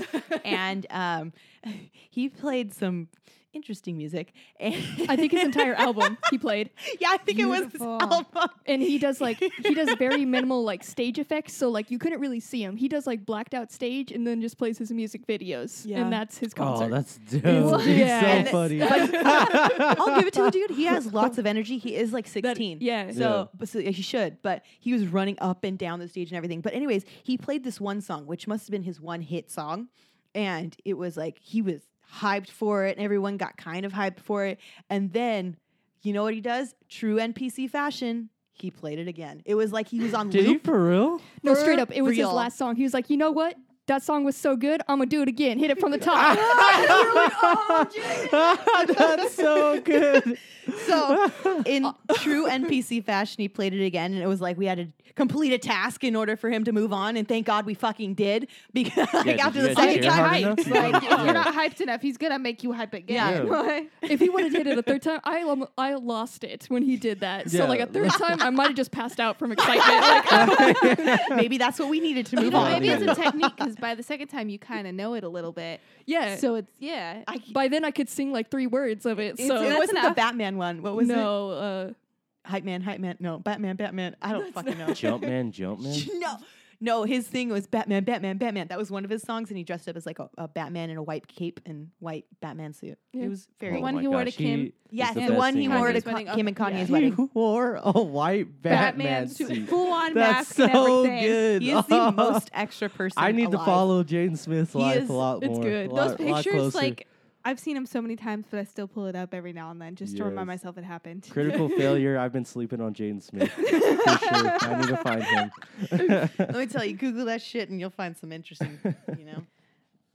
Speaker 1: and um, [LAUGHS] he played some interesting music.
Speaker 4: I think
Speaker 1: [LAUGHS]
Speaker 4: his entire album he played,
Speaker 1: yeah, I think it was his
Speaker 3: Beautiful.
Speaker 1: album.
Speaker 4: and he does like he does very minimal like stage effects, so like you couldn't really see him. He does like blacked out stage, and then just plays his music videos,
Speaker 1: Yeah.
Speaker 4: and that's his concert.
Speaker 2: Oh, that's dope.
Speaker 4: It's-
Speaker 2: He's
Speaker 4: yeah.
Speaker 2: so funny. [LAUGHS]
Speaker 1: I'll give it to the dude. He has lots of energy. He is like 16.
Speaker 4: yeah.
Speaker 1: So, but so he should, but he was running up and down the stage and everything. But anyways, he played this one song, which must have been his one hit song, and it was like he was hyped for it, and everyone got kind of hyped for it. And then, you know what he does? True NPC fashion. He played it again. It was like he was on
Speaker 2: Did he
Speaker 1: loop.
Speaker 2: for real?
Speaker 1: [LAUGHS]
Speaker 4: no,
Speaker 1: for
Speaker 4: straight up, it was
Speaker 1: real.
Speaker 4: his last song. He was like, you know what? that song was so good. I'm gonna do it again. Hit it from the top.
Speaker 1: [LAUGHS]
Speaker 2: That's so good.
Speaker 1: So, in true NPC fashion, he played it again, and it was like we had to complete a task in order for him to move on. And thank God we fucking did because like,
Speaker 2: did
Speaker 1: after
Speaker 2: you
Speaker 1: the
Speaker 2: guys
Speaker 1: second
Speaker 2: cheer hard
Speaker 1: time, [LAUGHS]
Speaker 2: enough?
Speaker 3: hyped.
Speaker 2: Yeah.
Speaker 3: Like, if
Speaker 2: Yeah.
Speaker 3: you're not hyped enough, he's gonna make you hype again. [LAUGHS]
Speaker 2: Yeah.
Speaker 3: Like-
Speaker 4: if he would have hit it a third time, I lo- I lost it when he did that. So like a
Speaker 2: Yeah.
Speaker 4: third time, I might have just passed out from excitement. Like,
Speaker 1: [LAUGHS] maybe that's what we needed to
Speaker 3: You
Speaker 1: move
Speaker 3: know,
Speaker 1: on.
Speaker 3: maybe it's
Speaker 2: Yeah.
Speaker 3: a
Speaker 2: [LAUGHS]
Speaker 3: technique because by the second time you kind of know it a little bit.
Speaker 4: yeah.
Speaker 3: So it's yeah.
Speaker 1: I,
Speaker 4: by then I could sing like three words of it.
Speaker 3: It's-
Speaker 4: So
Speaker 1: it
Speaker 3: that's
Speaker 1: wasn't the
Speaker 3: enough.
Speaker 1: Batman one. What was it?
Speaker 4: no, uh,
Speaker 1: Hype man, hype man. No, Batman, Batman. I don't fucking know.
Speaker 2: Jumpman, Jumpman.
Speaker 1: [LAUGHS] no, no. His thing was Batman, Batman, Batman. That was one of his songs, and he dressed up as like a, a Batman in a white cape and white Batman suit.
Speaker 4: Yeah.
Speaker 1: It was very.
Speaker 3: one
Speaker 2: Oh my
Speaker 3: he wore
Speaker 2: gosh,
Speaker 3: to Kim.
Speaker 2: he is
Speaker 1: Yes, the,
Speaker 2: best
Speaker 1: one he
Speaker 2: singer.
Speaker 1: wore to
Speaker 3: Kanye's wedding.
Speaker 1: Ka- Kim and
Speaker 3: Okay, yeah.
Speaker 1: Kanye's
Speaker 2: [LAUGHS] He
Speaker 1: wedding.
Speaker 2: wore a white Batman,
Speaker 3: Batman's
Speaker 2: suit.
Speaker 3: full on
Speaker 2: That's
Speaker 3: mask
Speaker 2: so
Speaker 3: and everything.
Speaker 2: good.
Speaker 1: He is
Speaker 2: [LAUGHS]
Speaker 1: the most extra person.
Speaker 2: I need
Speaker 1: alive.
Speaker 2: to follow Jaden Smith's
Speaker 1: He
Speaker 2: life
Speaker 1: is-
Speaker 2: a lot
Speaker 4: it's
Speaker 2: more.
Speaker 4: good.
Speaker 2: a
Speaker 3: Those
Speaker 2: lot- a lot
Speaker 3: pictures,
Speaker 2: closer.
Speaker 3: like I've seen them so many times, but I still pull it up every now and then just to
Speaker 2: Yes.
Speaker 3: remind myself it happened.
Speaker 2: critical
Speaker 3: [LAUGHS]
Speaker 2: failure. I've been sleeping on Jaden Smith. For sure. I need to find
Speaker 3: [LAUGHS]
Speaker 2: him.
Speaker 1: Let me tell you, Google that shit and you'll find some interesting, you know.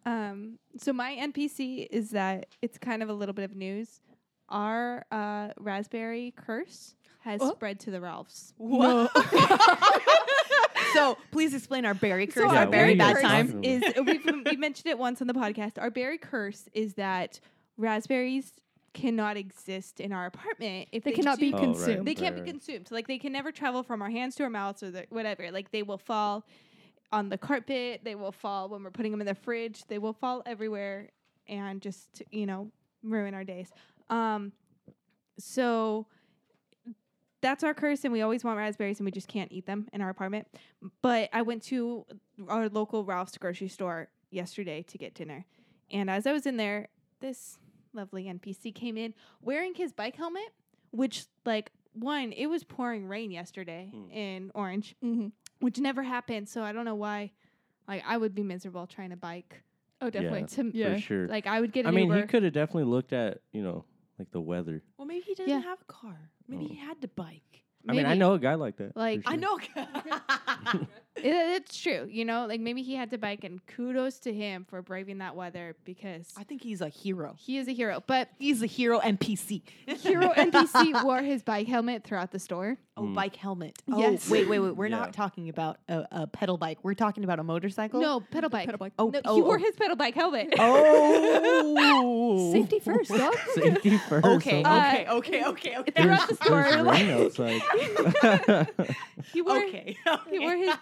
Speaker 3: Um, so my NPC is that it's kind of a little bit of news. Our uh, raspberry curse has
Speaker 4: Oh.
Speaker 3: spread to the Ralphs.
Speaker 1: [LAUGHS] What? [LAUGHS] so please explain our berry curse.
Speaker 3: So
Speaker 2: Yeah,
Speaker 1: our
Speaker 2: what
Speaker 1: berry
Speaker 2: are
Speaker 1: bad
Speaker 2: you
Speaker 1: time.
Speaker 2: talking
Speaker 3: is uh, we've, we mentioned it once on the podcast. Our berry curse is that raspberries cannot exist in our apartment if
Speaker 4: they
Speaker 3: they,
Speaker 4: cannot be
Speaker 3: do-
Speaker 2: Oh, right.
Speaker 4: consumed.
Speaker 3: they can't be
Speaker 2: Right, right.
Speaker 3: consumed. Like they can never travel from our hands to our mouths or the, whatever. Like they will fall on the carpet. They will fall when we're putting them in the fridge. They will fall everywhere and just you know ruin our days. Um, so that's our curse, and we always want raspberries, and we just can't eat them in our apartment. But I went to our local Ralph's grocery store yesterday to get dinner, and as I was in there, this lovely NPC came in wearing his bike helmet, which like one, it was pouring rain yesterday
Speaker 1: Hmm.
Speaker 2: Mm.
Speaker 3: in Orange,
Speaker 4: Mhm.
Speaker 3: which never happened. So I don't know why. Like I would be miserable trying to bike.
Speaker 4: Oh, definitely.
Speaker 2: Yeah.
Speaker 3: To,
Speaker 4: Yeah.
Speaker 2: For sure.
Speaker 3: Like I would get an
Speaker 2: I mean,
Speaker 3: Uber.
Speaker 2: he could have definitely looked at you know like the weather.
Speaker 1: Well, maybe he doesn't
Speaker 3: Yeah.
Speaker 1: have a car. Maybe
Speaker 2: Oh.
Speaker 1: he had to bike.
Speaker 2: I mean, I
Speaker 3: Maybe.
Speaker 2: know a guy like that. for
Speaker 3: Like, I
Speaker 2: sure.
Speaker 1: I [LAUGHS] know.
Speaker 3: It- it's true, you know. Like maybe he had to bike, and kudos to him for braving that weather because
Speaker 1: I think he's a hero.
Speaker 3: he is a hero. But
Speaker 1: He's a hero NPC.
Speaker 3: hero
Speaker 1: [LAUGHS]
Speaker 3: NPC wore his bike helmet throughout the store.
Speaker 1: Oh,
Speaker 2: Mm.
Speaker 1: bike helmet.
Speaker 3: Yes.
Speaker 1: Oh, wait, wait, wait. We're
Speaker 2: Yeah.
Speaker 1: not talking about a, a pedal bike. We're talking about a motorcycle.
Speaker 3: No pedal bike.
Speaker 4: Pedal bike.
Speaker 1: Oh,
Speaker 3: No,
Speaker 1: oh,
Speaker 3: he wore
Speaker 1: oh.
Speaker 3: his pedal bike helmet.
Speaker 2: [LAUGHS]
Speaker 1: Oh. [LAUGHS]
Speaker 4: Safety first, dog.
Speaker 2: [LAUGHS]
Speaker 3: [LAUGHS]
Speaker 2: Safety first.
Speaker 1: Okay,
Speaker 2: oh my
Speaker 3: Uh,
Speaker 1: okay, okay, okay, okay.
Speaker 2: There's,
Speaker 3: throughout the
Speaker 2: there's
Speaker 3: store,
Speaker 2: rain outside.
Speaker 3: [LAUGHS] [LAUGHS] He wore
Speaker 1: [LAUGHS] Okay.
Speaker 3: he wore his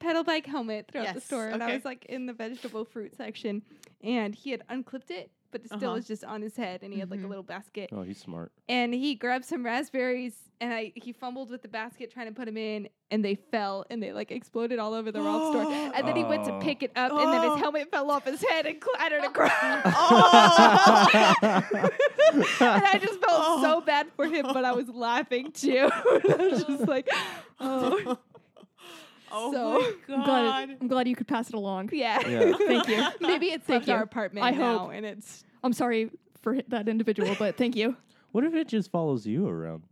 Speaker 3: pedal bike helmet throughout the
Speaker 1: Yes,
Speaker 3: store, and I
Speaker 1: okay.
Speaker 3: was like in the vegetable fruit section, and he had unclipped it, but it still
Speaker 1: Uh-huh.
Speaker 3: was just on his head, and he had like a
Speaker 1: Mhm.
Speaker 3: little basket,
Speaker 2: oh, he's
Speaker 3: [LAUGHS]
Speaker 2: smart.
Speaker 3: and he grabbed some raspberries, and I he fumbled with the basket trying to put them in, and they fell, and they like exploded all over the
Speaker 1: [GASPS]
Speaker 3: Ralph store, and then he went to
Speaker 2: Oh.
Speaker 3: pick it up, and then
Speaker 1: Oh.
Speaker 3: his helmet fell off his head and
Speaker 1: [LAUGHS]
Speaker 3: clattered across. Oh.
Speaker 1: Oh.
Speaker 3: [LAUGHS] And I just felt so bad for him, but I was laughing too. [LAUGHS] I was just like, oh,
Speaker 1: Oh
Speaker 3: So-
Speaker 1: my [LAUGHS]
Speaker 4: I'm
Speaker 1: god.
Speaker 4: glad, I'm glad you could pass it along.
Speaker 3: yeah.
Speaker 2: [LAUGHS] Yeah.
Speaker 4: Thank you.
Speaker 3: [LAUGHS] Maybe it's
Speaker 4: Thank
Speaker 3: left our
Speaker 4: you.
Speaker 3: apartment
Speaker 4: I
Speaker 3: now,
Speaker 4: hope.
Speaker 3: and it's
Speaker 4: I'm sorry for hi- that individual, but thank you.
Speaker 2: [LAUGHS] What if it just follows you around?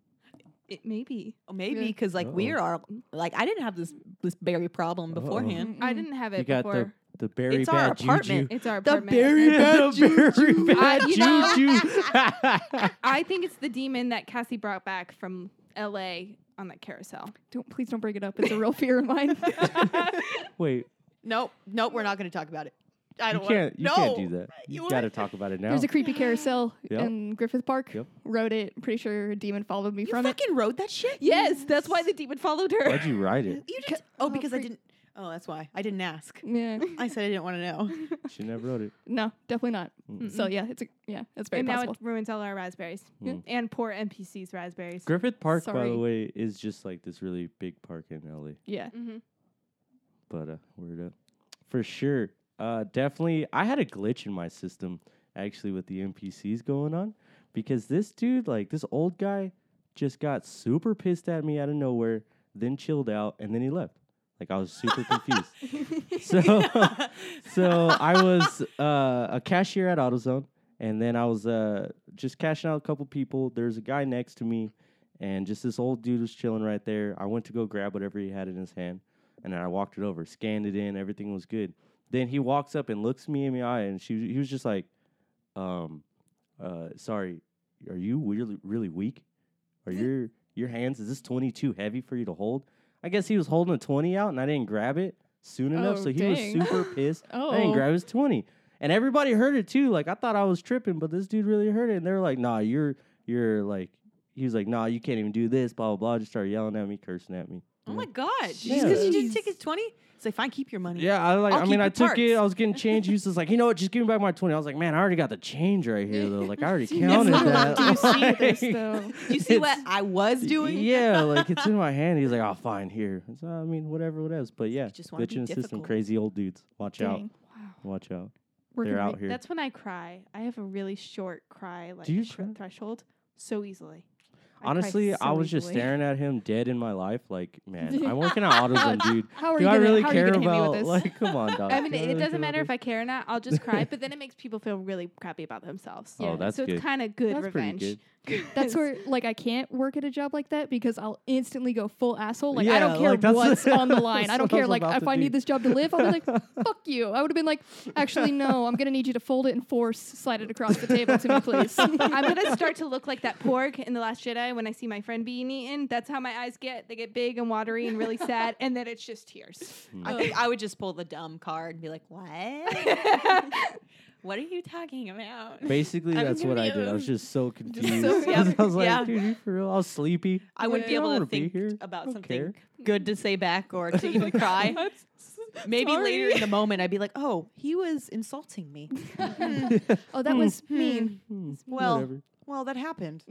Speaker 3: It may be.
Speaker 1: Oh, Maybe
Speaker 4: Yeah.
Speaker 1: because like
Speaker 2: Uh-oh.
Speaker 1: we are like I didn't have this this berry problem
Speaker 2: Uh-oh.
Speaker 1: beforehand.
Speaker 3: I didn't have it
Speaker 2: you got
Speaker 3: before.
Speaker 2: the the very
Speaker 1: It's our
Speaker 2: bad
Speaker 1: apartment.
Speaker 2: juju.
Speaker 3: it's our
Speaker 1: The
Speaker 3: apartment.
Speaker 1: berry
Speaker 2: [LAUGHS]
Speaker 1: bad
Speaker 2: the very
Speaker 1: juju.
Speaker 2: bad [LAUGHS]
Speaker 3: Uh, you know-
Speaker 2: juju.
Speaker 3: [LAUGHS]
Speaker 2: [LAUGHS]
Speaker 3: I think it's the demon that Cassie brought back from L.A. on that carousel.
Speaker 4: Don't please don't bring it up. It's a real fear of mine.
Speaker 2: Wait,
Speaker 1: Nope, nope, we're not going to talk about it. I
Speaker 2: you
Speaker 1: don't
Speaker 2: can't. You
Speaker 1: no.
Speaker 2: can't do that. You
Speaker 1: You
Speaker 2: got to
Speaker 1: would-
Speaker 2: talk about it now.
Speaker 4: There's a creepy carousel
Speaker 2: Yep.
Speaker 4: in Griffith Park.
Speaker 2: Yep.
Speaker 4: Wrote it. Pretty sure a demon followed me
Speaker 1: You
Speaker 4: from it.
Speaker 1: fucking rode that shit?
Speaker 3: Yes, that's why the demon followed her.
Speaker 2: Why'd you write
Speaker 1: [LAUGHS]
Speaker 2: it?
Speaker 1: You just Oh,
Speaker 4: oh,
Speaker 1: because I
Speaker 4: freak.
Speaker 1: didn't Oh, that's why. I didn't ask. [LAUGHS]
Speaker 4: Yeah.
Speaker 1: I said I didn't want to know.
Speaker 2: She never wrote it.
Speaker 4: No, definitely not.
Speaker 2: Mm.
Speaker 4: So yeah, it's a yeah, it's very
Speaker 3: [LAUGHS] and now
Speaker 4: possible.
Speaker 3: it ruins all our raspberries
Speaker 2: Yeah.
Speaker 3: and poor NPCs' raspberries.
Speaker 2: Griffith Park, by
Speaker 4: Sorry.
Speaker 2: the way, is just like this really big park in LA.
Speaker 4: yeah.
Speaker 3: hmm
Speaker 2: But uh, word up, for sure. Uh, definitely, I had a glitch in my system actually with the NPCs going on because this dude, like this old guy, just got super pissed at me out of nowhere, then chilled out, and then he left. Like I was super confused. so,
Speaker 1: [LAUGHS]
Speaker 2: so I was uh, a cashier at AutoZone, and then I was uh, just cashing out a couple people. There's a guy next to me, and just this old dude was chilling right there. I went to go grab whatever he had in his hand, and then I walked it over, scanned it in, everything was good. Then he walks up and looks me in the eye, and she he was just like, um, uh, sorry, are you really really weak? Are your your hands is this twenty too heavy for you to hold? I guess he was holding a twenty out, and I didn't grab it soon enough,
Speaker 4: Oh,
Speaker 2: so he
Speaker 4: dang.
Speaker 2: was
Speaker 4: [LAUGHS]
Speaker 2: super pissed. I
Speaker 4: Oh.
Speaker 2: didn't grab his twenty, and everybody heard it too. Like I thought I was tripping, but this dude really heard it, and they were like, "Nah, you're you're like." He was like, "Nah, you can't even do this." Blah blah blah. Just started yelling at me, cursing at me.
Speaker 1: Oh
Speaker 2: Yeah.
Speaker 1: my god! Just because you didn't
Speaker 4: Jeez.
Speaker 1: take his twenty, it's like fine, keep your money.
Speaker 2: Mm. Yeah, I like.
Speaker 1: I'll
Speaker 2: I
Speaker 1: keep
Speaker 2: mean, I
Speaker 1: your
Speaker 2: took it.
Speaker 1: parts.
Speaker 2: I
Speaker 1: [LAUGHS]
Speaker 2: was getting change. He was just like, you know what? Just give me back my twenty. I was like, man, I already got the change right here though. Like I
Speaker 1: [LAUGHS]
Speaker 2: already counted
Speaker 4: not
Speaker 2: that.
Speaker 4: Do [LAUGHS] [LAUGHS]
Speaker 2: [LAUGHS]
Speaker 4: you see this
Speaker 2: Like,
Speaker 4: though?
Speaker 1: Do you see
Speaker 2: [LAUGHS]
Speaker 1: what
Speaker 2: it's-
Speaker 1: I was doing?
Speaker 2: Yeah,
Speaker 1: [LAUGHS]
Speaker 2: like it's in my hand. He's like, oh, fine, here. So, I mean, whatever, whatever. But yeah,
Speaker 1: just wanna be
Speaker 2: glitching system,
Speaker 1: difficult.
Speaker 2: crazy old dudes. Watch out,
Speaker 4: Dang.
Speaker 3: Wow.
Speaker 2: watch out.
Speaker 4: We're
Speaker 2: They're
Speaker 4: gonna
Speaker 2: out
Speaker 4: make-
Speaker 2: here.
Speaker 3: That's when I cry. I have a really short cry, like
Speaker 2: you
Speaker 3: thre-
Speaker 2: cry?
Speaker 3: threshold, so easily. I cry
Speaker 2: Honestly, I
Speaker 3: so
Speaker 2: was just
Speaker 3: easily.
Speaker 2: staring at him dead in my life.
Speaker 4: [LAUGHS]
Speaker 2: Like, man, I'm working out autism, dude.
Speaker 4: How are
Speaker 2: Do
Speaker 4: you
Speaker 2: I
Speaker 4: gonna,
Speaker 2: really
Speaker 4: how
Speaker 2: care
Speaker 4: are you gonna
Speaker 2: about?
Speaker 4: hit me with this?
Speaker 2: Like, come
Speaker 4: [LAUGHS]
Speaker 2: on, dog.
Speaker 3: I mean,
Speaker 2: Do
Speaker 3: it
Speaker 2: really
Speaker 3: doesn't
Speaker 2: care
Speaker 3: matter
Speaker 2: about
Speaker 3: if I care or not. I'll just
Speaker 2: [LAUGHS]
Speaker 3: cry, but then it makes people feel really crappy about themselves.
Speaker 2: Oh, that's
Speaker 3: so
Speaker 2: good.
Speaker 3: it's kind of good
Speaker 2: That's pretty
Speaker 3: revenge.
Speaker 2: good. [LAUGHS]
Speaker 4: That's where like I can't work at a job like that because I'll instantly go full asshole. Like I
Speaker 2: Yeah,
Speaker 4: don't care
Speaker 2: like, that's- [LAUGHS]
Speaker 4: what's on the line. I
Speaker 2: that's what
Speaker 4: don't
Speaker 2: I
Speaker 4: care.
Speaker 2: was
Speaker 4: Like
Speaker 2: about
Speaker 4: if
Speaker 2: to
Speaker 4: I
Speaker 2: do.
Speaker 4: need this job to live, I'll be
Speaker 2: [LAUGHS]
Speaker 4: like, fuck you. I would have been like, actually no, I'm gonna need you to fold it and force slide it across the table to
Speaker 2: [LAUGHS]
Speaker 4: me, please. [LAUGHS]
Speaker 3: I'm gonna start to look like that pork in the Last Jedi when I see my friend being eaten. That's how my eyes get. They get big and watery and really sad, and then it's
Speaker 2: [LAUGHS]
Speaker 3: just tears.
Speaker 1: I think I would just pull the dumb card and be like, "What? what are you talking about?"
Speaker 2: Basically,
Speaker 1: I'm
Speaker 2: that's what I did. I was
Speaker 1: confused.
Speaker 2: just
Speaker 4: [LAUGHS]
Speaker 2: so confused. [LAUGHS]
Speaker 1: yeah,
Speaker 2: I was like,
Speaker 1: yeah.
Speaker 2: dude, you for real? I was sleepy.
Speaker 1: I wouldn't be
Speaker 2: Yeah, I
Speaker 1: able to
Speaker 2: wanna be
Speaker 1: think
Speaker 2: here.
Speaker 1: t- about
Speaker 2: Don't
Speaker 1: something
Speaker 2: care.
Speaker 1: good to say back or to even
Speaker 2: [LAUGHS]
Speaker 1: cry. Maybe later in the moment, I'd be like, "Oh, he was insulting
Speaker 2: [LAUGHS]
Speaker 1: me."
Speaker 4: oh, that was mean.
Speaker 2: Hmm,
Speaker 1: Well,
Speaker 2: whatever.
Speaker 1: well, that happened.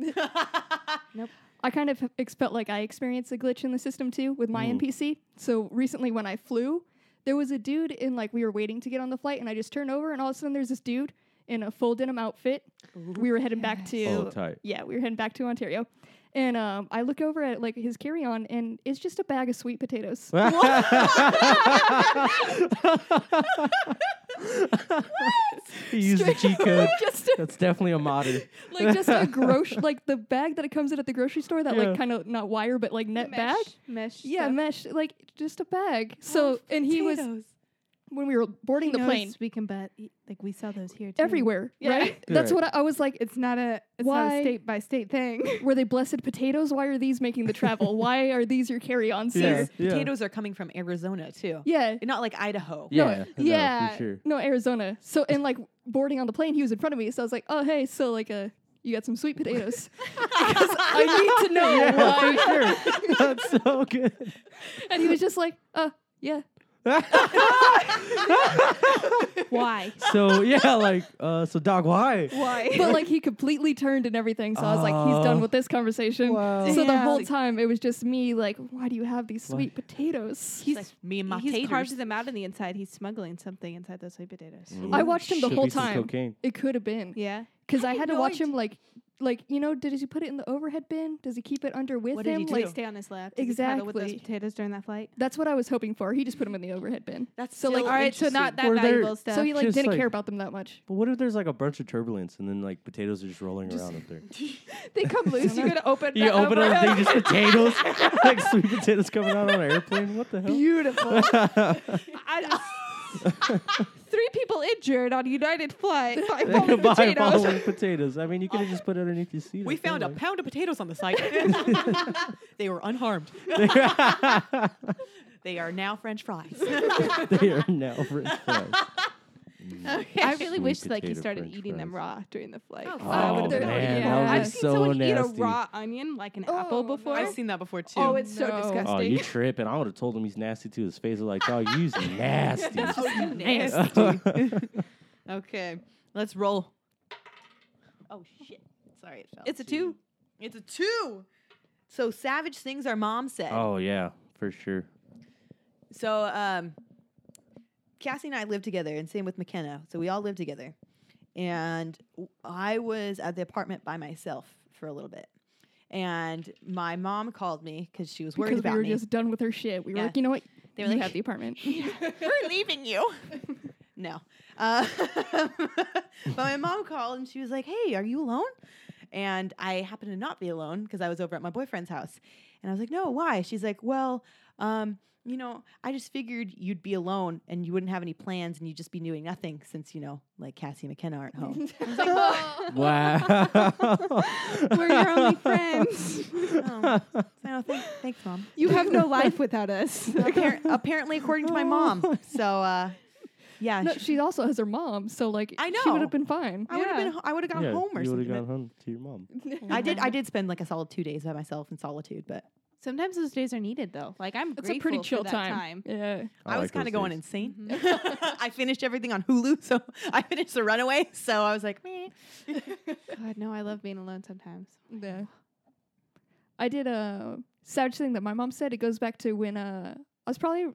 Speaker 4: I kind of ex- felt like I experienced a glitch in the system too with my NPC. So recently when I flew, there was a dude in like we were waiting to get on the flight and I just turned over and all of a sudden there's this dude in a full denim outfit. We were headed back to
Speaker 2: Oh,
Speaker 4: [LAUGHS]
Speaker 2: tight.
Speaker 4: yeah, we were heading back to Ontario. And um, I look over at like his carry-on and it's just a bag of sweet potatoes.
Speaker 2: He used the cheat code.
Speaker 4: [LAUGHS] just a,
Speaker 2: That's definitely a modder.
Speaker 4: like just a grocery like the bag that it comes in at the grocery store that
Speaker 2: Yeah.
Speaker 4: like kind of not wire but like net
Speaker 3: mesh,
Speaker 4: bag.
Speaker 3: mesh.
Speaker 4: Yeah,
Speaker 3: stuff.
Speaker 4: mesh like just a bag. So and he was when we were boarding
Speaker 3: He
Speaker 4: the plane
Speaker 3: knows We can bet. Like we saw those
Speaker 2: Mm.
Speaker 3: here too.
Speaker 4: everywhere,
Speaker 3: Yeah.
Speaker 4: right? That's
Speaker 2: Right.
Speaker 4: what I, I was like.
Speaker 3: It's not a. It's not
Speaker 4: Why-
Speaker 3: a state by state thing.
Speaker 4: Were they blessed potatoes? Why are these making the travel? Why are these your carry-ons?
Speaker 2: Yeah.
Speaker 4: Yeah.
Speaker 2: Yeah.
Speaker 1: Potatoes are coming from Arizona too,
Speaker 4: yeah.
Speaker 1: And not like Idaho.
Speaker 2: Yeah, no,
Speaker 4: yeah.
Speaker 2: for sure.
Speaker 4: No, Arizona. So and like boarding on the plane, he was in front of me. So I was like, oh hey, so like uh, you got some
Speaker 2: [LAUGHS]
Speaker 4: sweet potatoes. [LAUGHS] 'Cause [LAUGHS] I need to know why.
Speaker 2: Yeah, for sure.
Speaker 4: [LAUGHS]
Speaker 2: That's so good. [LAUGHS]
Speaker 4: And he was just like, uh, yeah.
Speaker 3: [LAUGHS] Why?
Speaker 2: So yeah, like, uh, so dog, why?
Speaker 3: Why? [LAUGHS]
Speaker 4: But like he completely turned and everything. So I was like, he's done
Speaker 2: Oh.
Speaker 4: with this conversation.
Speaker 2: Wow.
Speaker 4: So the
Speaker 3: Yeah.
Speaker 4: whole time it was just me like, why do you have these
Speaker 2: Why?
Speaker 4: sweet potatoes?
Speaker 1: He's like, me and my
Speaker 3: He's carved
Speaker 1: taters.
Speaker 3: them out on the inside. He's smuggling something inside those sweet potatoes.
Speaker 2: Mm.
Speaker 4: I watched him the
Speaker 2: Should
Speaker 4: whole
Speaker 2: be some
Speaker 4: time.
Speaker 2: Cocaine.
Speaker 4: It could have been.
Speaker 3: Yeah.
Speaker 4: Because I,
Speaker 1: had
Speaker 4: had to
Speaker 1: no
Speaker 4: watch
Speaker 1: idea.
Speaker 4: him like, like you know, does he put it in the overhead bin? Does he keep it under with
Speaker 1: What did
Speaker 4: him?
Speaker 1: he do?
Speaker 4: Like,
Speaker 3: Like stay on his lap. Does he cuddle with those
Speaker 4: Exactly.
Speaker 3: potatoes during that flight.
Speaker 4: that's what I was hoping for. He just put them in the overhead bin.
Speaker 1: That's
Speaker 4: so
Speaker 1: still
Speaker 4: like,
Speaker 3: All right, so not that
Speaker 2: Were there-
Speaker 3: valuable stuff.
Speaker 4: so he like
Speaker 2: Just,
Speaker 4: didn't
Speaker 2: like-
Speaker 4: care about them
Speaker 1: [LAUGHS]
Speaker 4: that much.
Speaker 2: But what if there's like a bunch of turbulence and then like potatoes are just rolling around up there?
Speaker 4: [LAUGHS]
Speaker 3: they come loose. You gotta open.
Speaker 2: You open up and
Speaker 1: [LAUGHS]
Speaker 2: just [LAUGHS] potatoes, like sweet potatoes coming out on an airplane. What the hell?
Speaker 4: [LAUGHS]
Speaker 3: Beautiful. [LAUGHS] Three people injured on United flight. Five
Speaker 2: Buy
Speaker 3: falling [LAUGHS] potatoes.
Speaker 2: bowl of potatoes. I mean, you could have just put it underneath your seat.
Speaker 1: We
Speaker 2: I feel
Speaker 1: found a
Speaker 2: like.
Speaker 1: pound of potatoes on the site. they were unharmed. they are now French fries.
Speaker 2: [LAUGHS] they are now French fries.
Speaker 3: I really
Speaker 2: Sweet
Speaker 3: wish like you
Speaker 2: potato
Speaker 3: started
Speaker 2: French
Speaker 3: eating them
Speaker 2: fries.
Speaker 3: raw during the flight.
Speaker 1: Oh,
Speaker 4: I
Speaker 2: Oh,
Speaker 4: would've
Speaker 2: man,
Speaker 4: been like,
Speaker 2: that
Speaker 4: yeah.
Speaker 2: was
Speaker 4: I've
Speaker 3: I've seen
Speaker 2: so
Speaker 3: someone
Speaker 2: nasty.
Speaker 3: eat a raw onion like an
Speaker 4: Oh,
Speaker 3: apple before.
Speaker 1: I've seen that before too.
Speaker 3: Oh, it's so
Speaker 4: No.
Speaker 3: disgusting.
Speaker 2: Oh, you tripping? I would have told him he's nasty to his face. I was like, dog, you's nasty.
Speaker 1: Oh,
Speaker 2: [LAUGHS]
Speaker 1: okay, let's roll. Oh shit! Sorry, it fell.
Speaker 3: it's a two.
Speaker 1: It's a two. So savage things our mom said.
Speaker 2: oh yeah, for sure.
Speaker 1: So um, Cassie and I lived together, and same with McKenna. So we all lived together, and w- I was at the apartment by myself for a little bit. And my mom called me because she was worried
Speaker 4: Because we
Speaker 1: about
Speaker 4: were
Speaker 1: me.
Speaker 4: just done with her shit. We were
Speaker 1: Yeah.
Speaker 4: like, you know what?
Speaker 1: They were
Speaker 4: you
Speaker 1: like-
Speaker 4: have the apartment.
Speaker 1: [LAUGHS]
Speaker 4: [LAUGHS]
Speaker 1: We're leaving you. [LAUGHS] no. Uh, [LAUGHS] but my mom called and she was like, Hey, are you alone? And I happened to not be alone because I was over at my boyfriend's house. And I was like, No, why? She's like, Well, um, you know, I just figured you'd be alone and you wouldn't have any plans and you'd just be doing nothing since, you know, like Cassie and McKenna aren't [LAUGHS] home.
Speaker 2: Wow.
Speaker 3: We're your only friends.
Speaker 1: Um, no, thank, thanks, [LAUGHS] Mom.
Speaker 3: [LAUGHS] You have no [LAUGHS] life without us.
Speaker 1: Appar- apparently, according to my mom. So, uh, [LAUGHS] yeah.
Speaker 4: No,
Speaker 1: Oh. she-
Speaker 4: she also has her mom, so like
Speaker 1: I
Speaker 4: she would
Speaker 1: know.
Speaker 4: have been fine.
Speaker 1: I would have
Speaker 3: yeah.
Speaker 1: been. ho- I would have gone
Speaker 2: [LAUGHS] Yeah,
Speaker 1: home or
Speaker 2: you
Speaker 1: something.
Speaker 2: would've gone home to your mom.
Speaker 1: but I did. [LAUGHS] I did spend like a solid two days by myself in solitude, but
Speaker 3: Sometimes those days are needed, though. Like I'm
Speaker 4: It's
Speaker 3: grateful
Speaker 4: a pretty chill
Speaker 3: for that
Speaker 4: time.
Speaker 3: time.
Speaker 4: Yeah.
Speaker 1: I, was
Speaker 2: like those
Speaker 1: kind of going
Speaker 2: days.
Speaker 1: insane. [LAUGHS] I finished everything on Hulu, [LAUGHS] so I finished The Runaway. So I was like, meh.
Speaker 3: God, no, I love being alone sometimes.
Speaker 4: Yeah. I did a savage thing that my mom said. It goes back to when uh, I was probably,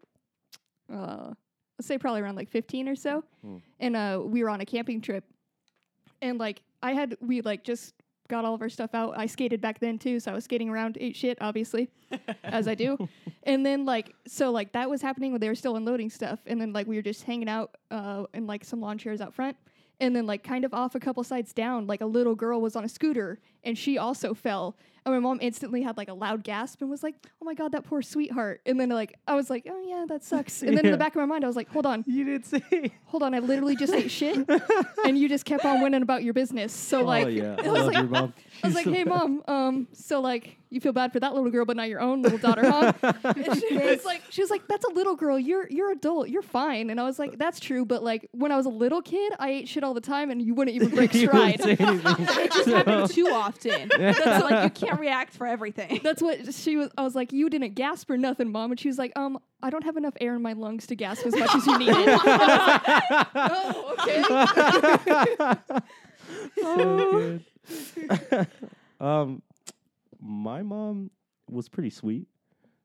Speaker 4: uh, let's say probably around like 15 or so.
Speaker 2: Mm.
Speaker 4: And uh, we were on a camping trip. And like, I had, we like just got all of our stuff out. I skated back then too. So I was skating around, ate shit, obviously, as I do. And then like, so like that was happening when they were still unloading stuff. And then like, we were just hanging out uh, in like some lawn chairs out front. And then, like, kind of off a couple sides down, like a little girl was on a scooter and she also fell. And my mom instantly had like a loud gasp and was like, oh my God, that poor sweetheart. And then, like, I was like, oh yeah, that sucks. And then in
Speaker 2: Yeah.
Speaker 4: the back of my mind, I was like, hold on,
Speaker 2: You didn't see.
Speaker 4: hold on. I literally just ate shit and you just kept on winning about your business. So, like,
Speaker 2: oh yeah, I
Speaker 4: it was
Speaker 2: love
Speaker 4: like,
Speaker 2: your mom.
Speaker 4: I was like, hey, mom, um, so like, you feel bad for that little girl, but not your own little daughter, huh?
Speaker 2: [LAUGHS]
Speaker 4: And she was like, she was like, that's a little girl. You're you're adult. You're fine. And I was like, that's true. But like, when I was a little kid, I ate shit all the time, and [LAUGHS] you wouldn't even
Speaker 2: [LAUGHS]
Speaker 4: break stride.
Speaker 2: it
Speaker 4: [LAUGHS]
Speaker 3: Just happened
Speaker 2: [LAUGHS]
Speaker 3: too often. That's like you can't react for everything.
Speaker 4: That's what she was. I was like, you didn't gasp or nothing, mom. And she was like, um, I don't have enough air in my lungs to gasp as much as
Speaker 2: [LAUGHS]
Speaker 4: you needed. And I was like, oh, okay.
Speaker 2: so good. um, my mom was pretty sweet.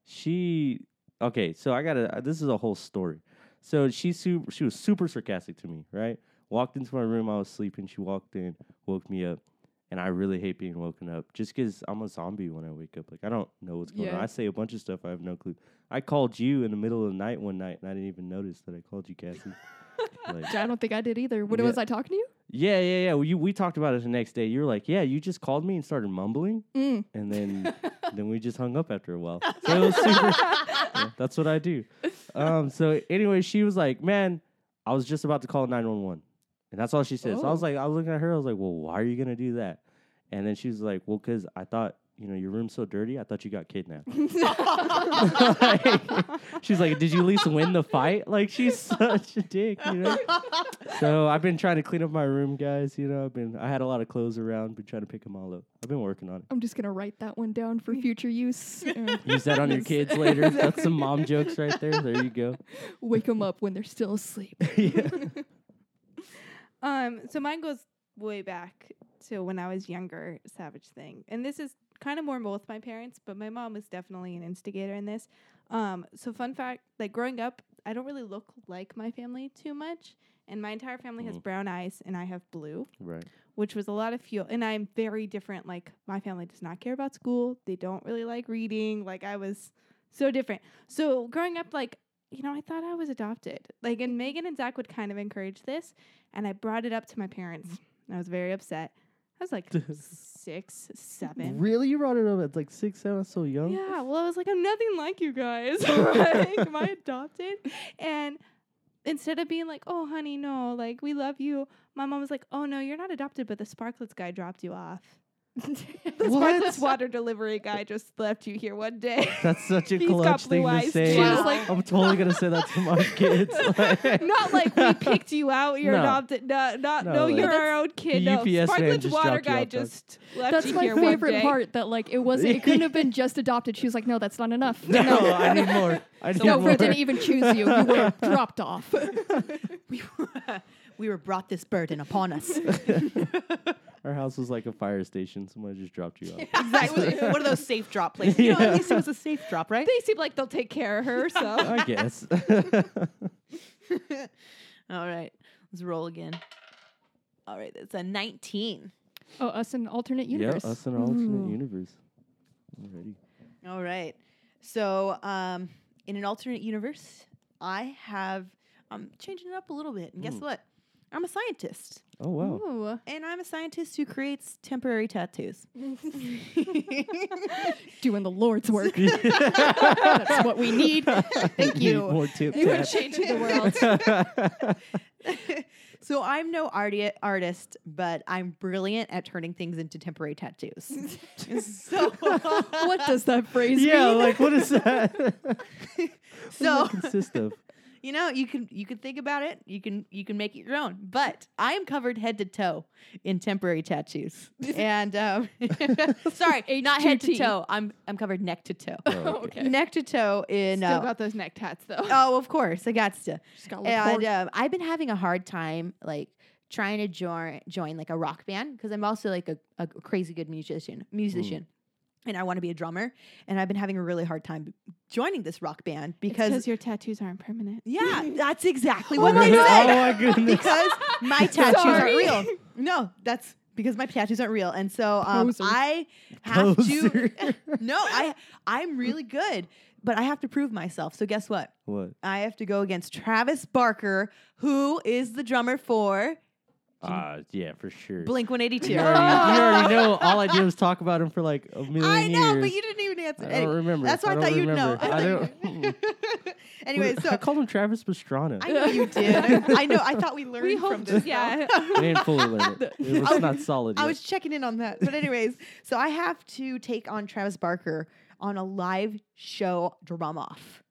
Speaker 2: She okay. So I gotta. uh, This is a whole story. So she super. She was super sarcastic to me. Right. Walked into my room. I was sleeping. She walked in, woke me up, and I really hate being woken up. Just because I'm a zombie when I wake up. Like I don't know what's going on.
Speaker 4: Yeah.
Speaker 2: I say a bunch of stuff. I have no clue. I called you in the middle of the night one night, and I didn't even notice that I called you, Cassie. like,
Speaker 4: I don't think I did either. What
Speaker 2: Yeah.
Speaker 4: was I talking to you?
Speaker 2: yeah, yeah, yeah. Well, you, we talked about it the next day. You were like, "Yeah, you just called me and started mumbling,
Speaker 4: Mm.
Speaker 2: and then then we just hung up after a while." So it was super. [LAUGHS] Yeah, that's what I do. Um, so anyway, she was like, "Man, I was just about to call nine one one, and that's all she said." So I was like, I was looking at her. I was like, "Well, why are you gonna do that?" And then she was like, "Well, because I thought." You know, your room's so dirty. I thought you got kidnapped. Like, [LAUGHS] she's like, "Did you at least win the fight?" Like, she's such a dick. You know. So I've been trying to clean up my room, guys. You know, I've been I had a lot of clothes around, been trying to pick them all up. I've been working on it.
Speaker 4: I'm just gonna write that one
Speaker 2: [LAUGHS]
Speaker 4: down for future use. and
Speaker 2: Use that on
Speaker 3: [LAUGHS]
Speaker 2: your kids later. That's some mom jokes right there. There you go.
Speaker 4: Wake them up when they're
Speaker 2: [LAUGHS]
Speaker 4: still asleep.
Speaker 3: Um, so mine goes way back to when I was younger, savage thing. And this is kind of more both my parents, but my mom was definitely an instigator in this. Um, so fun fact, like growing up, I don't really look like my family too much. And my entire family has
Speaker 2: Mm.
Speaker 3: brown eyes and I have blue,
Speaker 2: Right.
Speaker 3: which was a lot of fuel. And I'm very different. Like my family does not care about school. They don't really like reading. Like I was so different. So growing up, like, you know, I thought I was adopted. Like, and Megan and Zach would kind of encourage this. And I brought it up to my parents. I was very upset. I was like six, seven.
Speaker 2: Really? You brought it up at like six, seven? That's so young.
Speaker 3: Yeah, well, I was like, I'm nothing like you guys. [LAUGHS] like, am I adopted? And instead of being like, oh, honey, no, like, we love you, my mom was like, oh, no, you're not adopted, but the Sparklets guy dropped you off. the Sparklets water delivery guy just left you here one day.
Speaker 2: That's such a
Speaker 3: He's got
Speaker 2: clutch thing
Speaker 3: blue
Speaker 2: to
Speaker 3: eyes,
Speaker 2: say.
Speaker 3: too.
Speaker 4: She was like-
Speaker 2: I'm totally gonna say that to my
Speaker 3: [LAUGHS]
Speaker 2: kids. Like,
Speaker 3: [LAUGHS] not like we picked you out, you're
Speaker 2: No.
Speaker 3: adopted. No, not,
Speaker 2: No,
Speaker 3: no,
Speaker 2: like-
Speaker 3: you're our own kid.
Speaker 2: The
Speaker 3: No,
Speaker 2: UPS man
Speaker 3: Sparklets
Speaker 2: just
Speaker 3: water
Speaker 2: dropped you
Speaker 3: guy
Speaker 2: off, dog.
Speaker 3: just left
Speaker 4: That's
Speaker 3: you
Speaker 4: my
Speaker 3: here one
Speaker 4: favorite
Speaker 2: [LAUGHS]
Speaker 3: day.
Speaker 4: part. That like it wasn't. It couldn't have been just adopted. She was like, no, that's not
Speaker 2: [LAUGHS]
Speaker 4: enough.
Speaker 2: no, I need more. I need
Speaker 4: [LAUGHS] No,
Speaker 2: more.
Speaker 4: we didn't even choose you.
Speaker 2: [LAUGHS]
Speaker 4: You were dropped off.
Speaker 1: we, [LAUGHS] we were brought this burden upon us.
Speaker 2: Our house was like a fire station. Somebody just dropped you off.
Speaker 1: [LAUGHS] exactly. It was [LAUGHS] one of those safe drop places. You know, at least it was a safe drop, right?
Speaker 3: They seem like they'll take care of
Speaker 2: [LAUGHS]
Speaker 3: her, [LAUGHS] so.
Speaker 2: I
Speaker 1: [LAUGHS]
Speaker 2: guess.
Speaker 1: All right. Let's roll again. All right. That's a 19.
Speaker 4: Oh, us in alternate
Speaker 2: yeah,
Speaker 4: universe.
Speaker 2: us in an alternate
Speaker 1: Mm-hmm.
Speaker 2: universe. Already.
Speaker 1: All right. So, um, in an alternate universe, I have, I'm changing it up a little bit. And guess
Speaker 2: Mm.
Speaker 1: what? I'm a scientist,
Speaker 2: Oh wow.
Speaker 4: Ooh.
Speaker 1: and I'm a scientist who creates temporary
Speaker 4: [LAUGHS]
Speaker 1: tattoos. [LAUGHS]
Speaker 4: Doing the Lord's
Speaker 2: [LAUGHS]
Speaker 4: work. That's what we need. Thank
Speaker 2: Need
Speaker 4: you.
Speaker 2: More tip
Speaker 4: You are
Speaker 2: tap.
Speaker 4: changing the world.
Speaker 2: [LAUGHS]
Speaker 1: So I'm no arti- artist, but I'm brilliant at turning things into temporary
Speaker 4: [LAUGHS]
Speaker 1: tattoos. so,
Speaker 4: what does that phrase
Speaker 2: yeah,
Speaker 4: mean?
Speaker 2: like what
Speaker 1: [LAUGHS]
Speaker 2: is that? [LAUGHS] what
Speaker 1: so
Speaker 2: does that
Speaker 1: [LAUGHS]
Speaker 2: consist of?
Speaker 1: you know, you can you can think about it. You can you can make it your own. But I am covered head to toe in temporary tattoos.
Speaker 4: [LAUGHS]
Speaker 1: and um, sorry, not head to
Speaker 4: H2T.
Speaker 1: toe. I'm I'm covered neck to toe.
Speaker 2: Oh, okay.
Speaker 1: Neck to toe in.
Speaker 3: Still
Speaker 1: Uh,
Speaker 3: got those neck tats [LAUGHS] though.
Speaker 1: oh, of course, I got to.
Speaker 4: She's got a little
Speaker 1: And
Speaker 4: cork.
Speaker 1: um, I've been having a hard time like trying to join join like a rock band because I'm also like a, a crazy good musician
Speaker 4: Mm.
Speaker 1: musician. And I want to be a drummer, and I've been having a really hard time joining this rock band because,
Speaker 3: because your tattoos aren't permanent.
Speaker 1: yeah,
Speaker 4: [LAUGHS]
Speaker 1: that's exactly
Speaker 2: oh
Speaker 1: what
Speaker 2: [LAUGHS] my
Speaker 1: I said
Speaker 2: goodness.
Speaker 1: [LAUGHS] because my tattoos aren't
Speaker 4: [LAUGHS] Sorry.
Speaker 1: real. No, that's because my tattoos aren't real, and so um,
Speaker 4: Poser.
Speaker 1: I have to.
Speaker 2: Poser.
Speaker 1: [LAUGHS] no, I I'm really good, but I have to prove myself. So guess what?
Speaker 2: what?
Speaker 1: I have to go against Travis Barker, who is the drummer for
Speaker 2: Ah, yeah, for sure.
Speaker 1: Blink One Eighty Two.
Speaker 2: You already, you already know. All I did was talk about him for like a
Speaker 1: [LAUGHS]
Speaker 2: million
Speaker 1: I know,
Speaker 2: years.
Speaker 1: but you didn't even answer.
Speaker 2: I
Speaker 1: Any-
Speaker 2: don't remember.
Speaker 1: That's why I,
Speaker 2: don't
Speaker 1: thought you'd know.
Speaker 2: remember. I don't.
Speaker 1: don't. [LAUGHS]
Speaker 2: [LAUGHS]
Speaker 1: anyway, so
Speaker 2: I called him Travis Pastrana.
Speaker 1: I know you did.
Speaker 2: [LAUGHS]
Speaker 1: I know. I thought we learned
Speaker 3: We
Speaker 1: from
Speaker 3: hope
Speaker 1: this. though.
Speaker 3: yeah.
Speaker 2: We didn't fully learn it. It was not
Speaker 1: [LAUGHS]
Speaker 2: solid.
Speaker 1: I
Speaker 2: yet.
Speaker 1: was checking in on that. But [LAUGHS] anyways, so I have to take on Travis Barker on a live show drum off.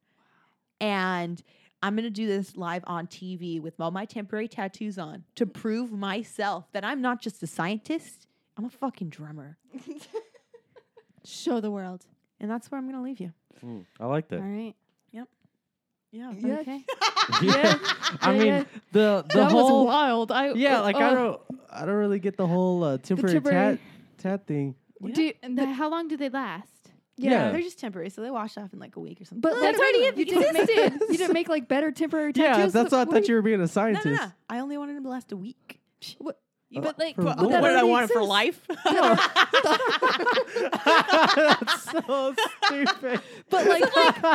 Speaker 1: And I'm going to do this live on TV with all my temporary tattoos on to prove myself that I'm not just a scientist, I'm a fucking drummer.
Speaker 3: [LAUGHS] Show the world.
Speaker 1: And that's where I'm going to leave you.
Speaker 2: Mm, I like
Speaker 3: All
Speaker 2: that.
Speaker 3: right.
Speaker 1: Yeah.
Speaker 4: Yeah.
Speaker 3: Okay.
Speaker 2: Yeah. I
Speaker 4: Yeah,
Speaker 2: mean
Speaker 4: yeah.
Speaker 2: the the
Speaker 4: that was
Speaker 2: whole
Speaker 4: wild. I
Speaker 2: yeah.
Speaker 3: oh,
Speaker 4: uh,
Speaker 2: Like I
Speaker 4: uh,
Speaker 2: don't I don't really get the whole uh, temporary,
Speaker 4: temporary-
Speaker 2: tat tat thing.
Speaker 4: do you-
Speaker 3: And the- how long do they last?
Speaker 2: Oh, Yeah.
Speaker 1: They're just temporary, so they wash off in like a week or something.
Speaker 4: But that's already you didn't make [LAUGHS] you didn't make like better temporary tattoos.
Speaker 2: yeah, that's why I
Speaker 4: what,
Speaker 2: thought you were being a
Speaker 1: no,
Speaker 2: scientist.
Speaker 1: no, [LAUGHS] no. I only wanted them to last a week.
Speaker 4: What-
Speaker 1: You-
Speaker 2: But, like, For
Speaker 1: but
Speaker 2: what?
Speaker 1: what did I
Speaker 4: already
Speaker 1: want it Uh, for
Speaker 4: exists.
Speaker 1: [LAUGHS] life?
Speaker 2: That's so stupid.
Speaker 4: But like,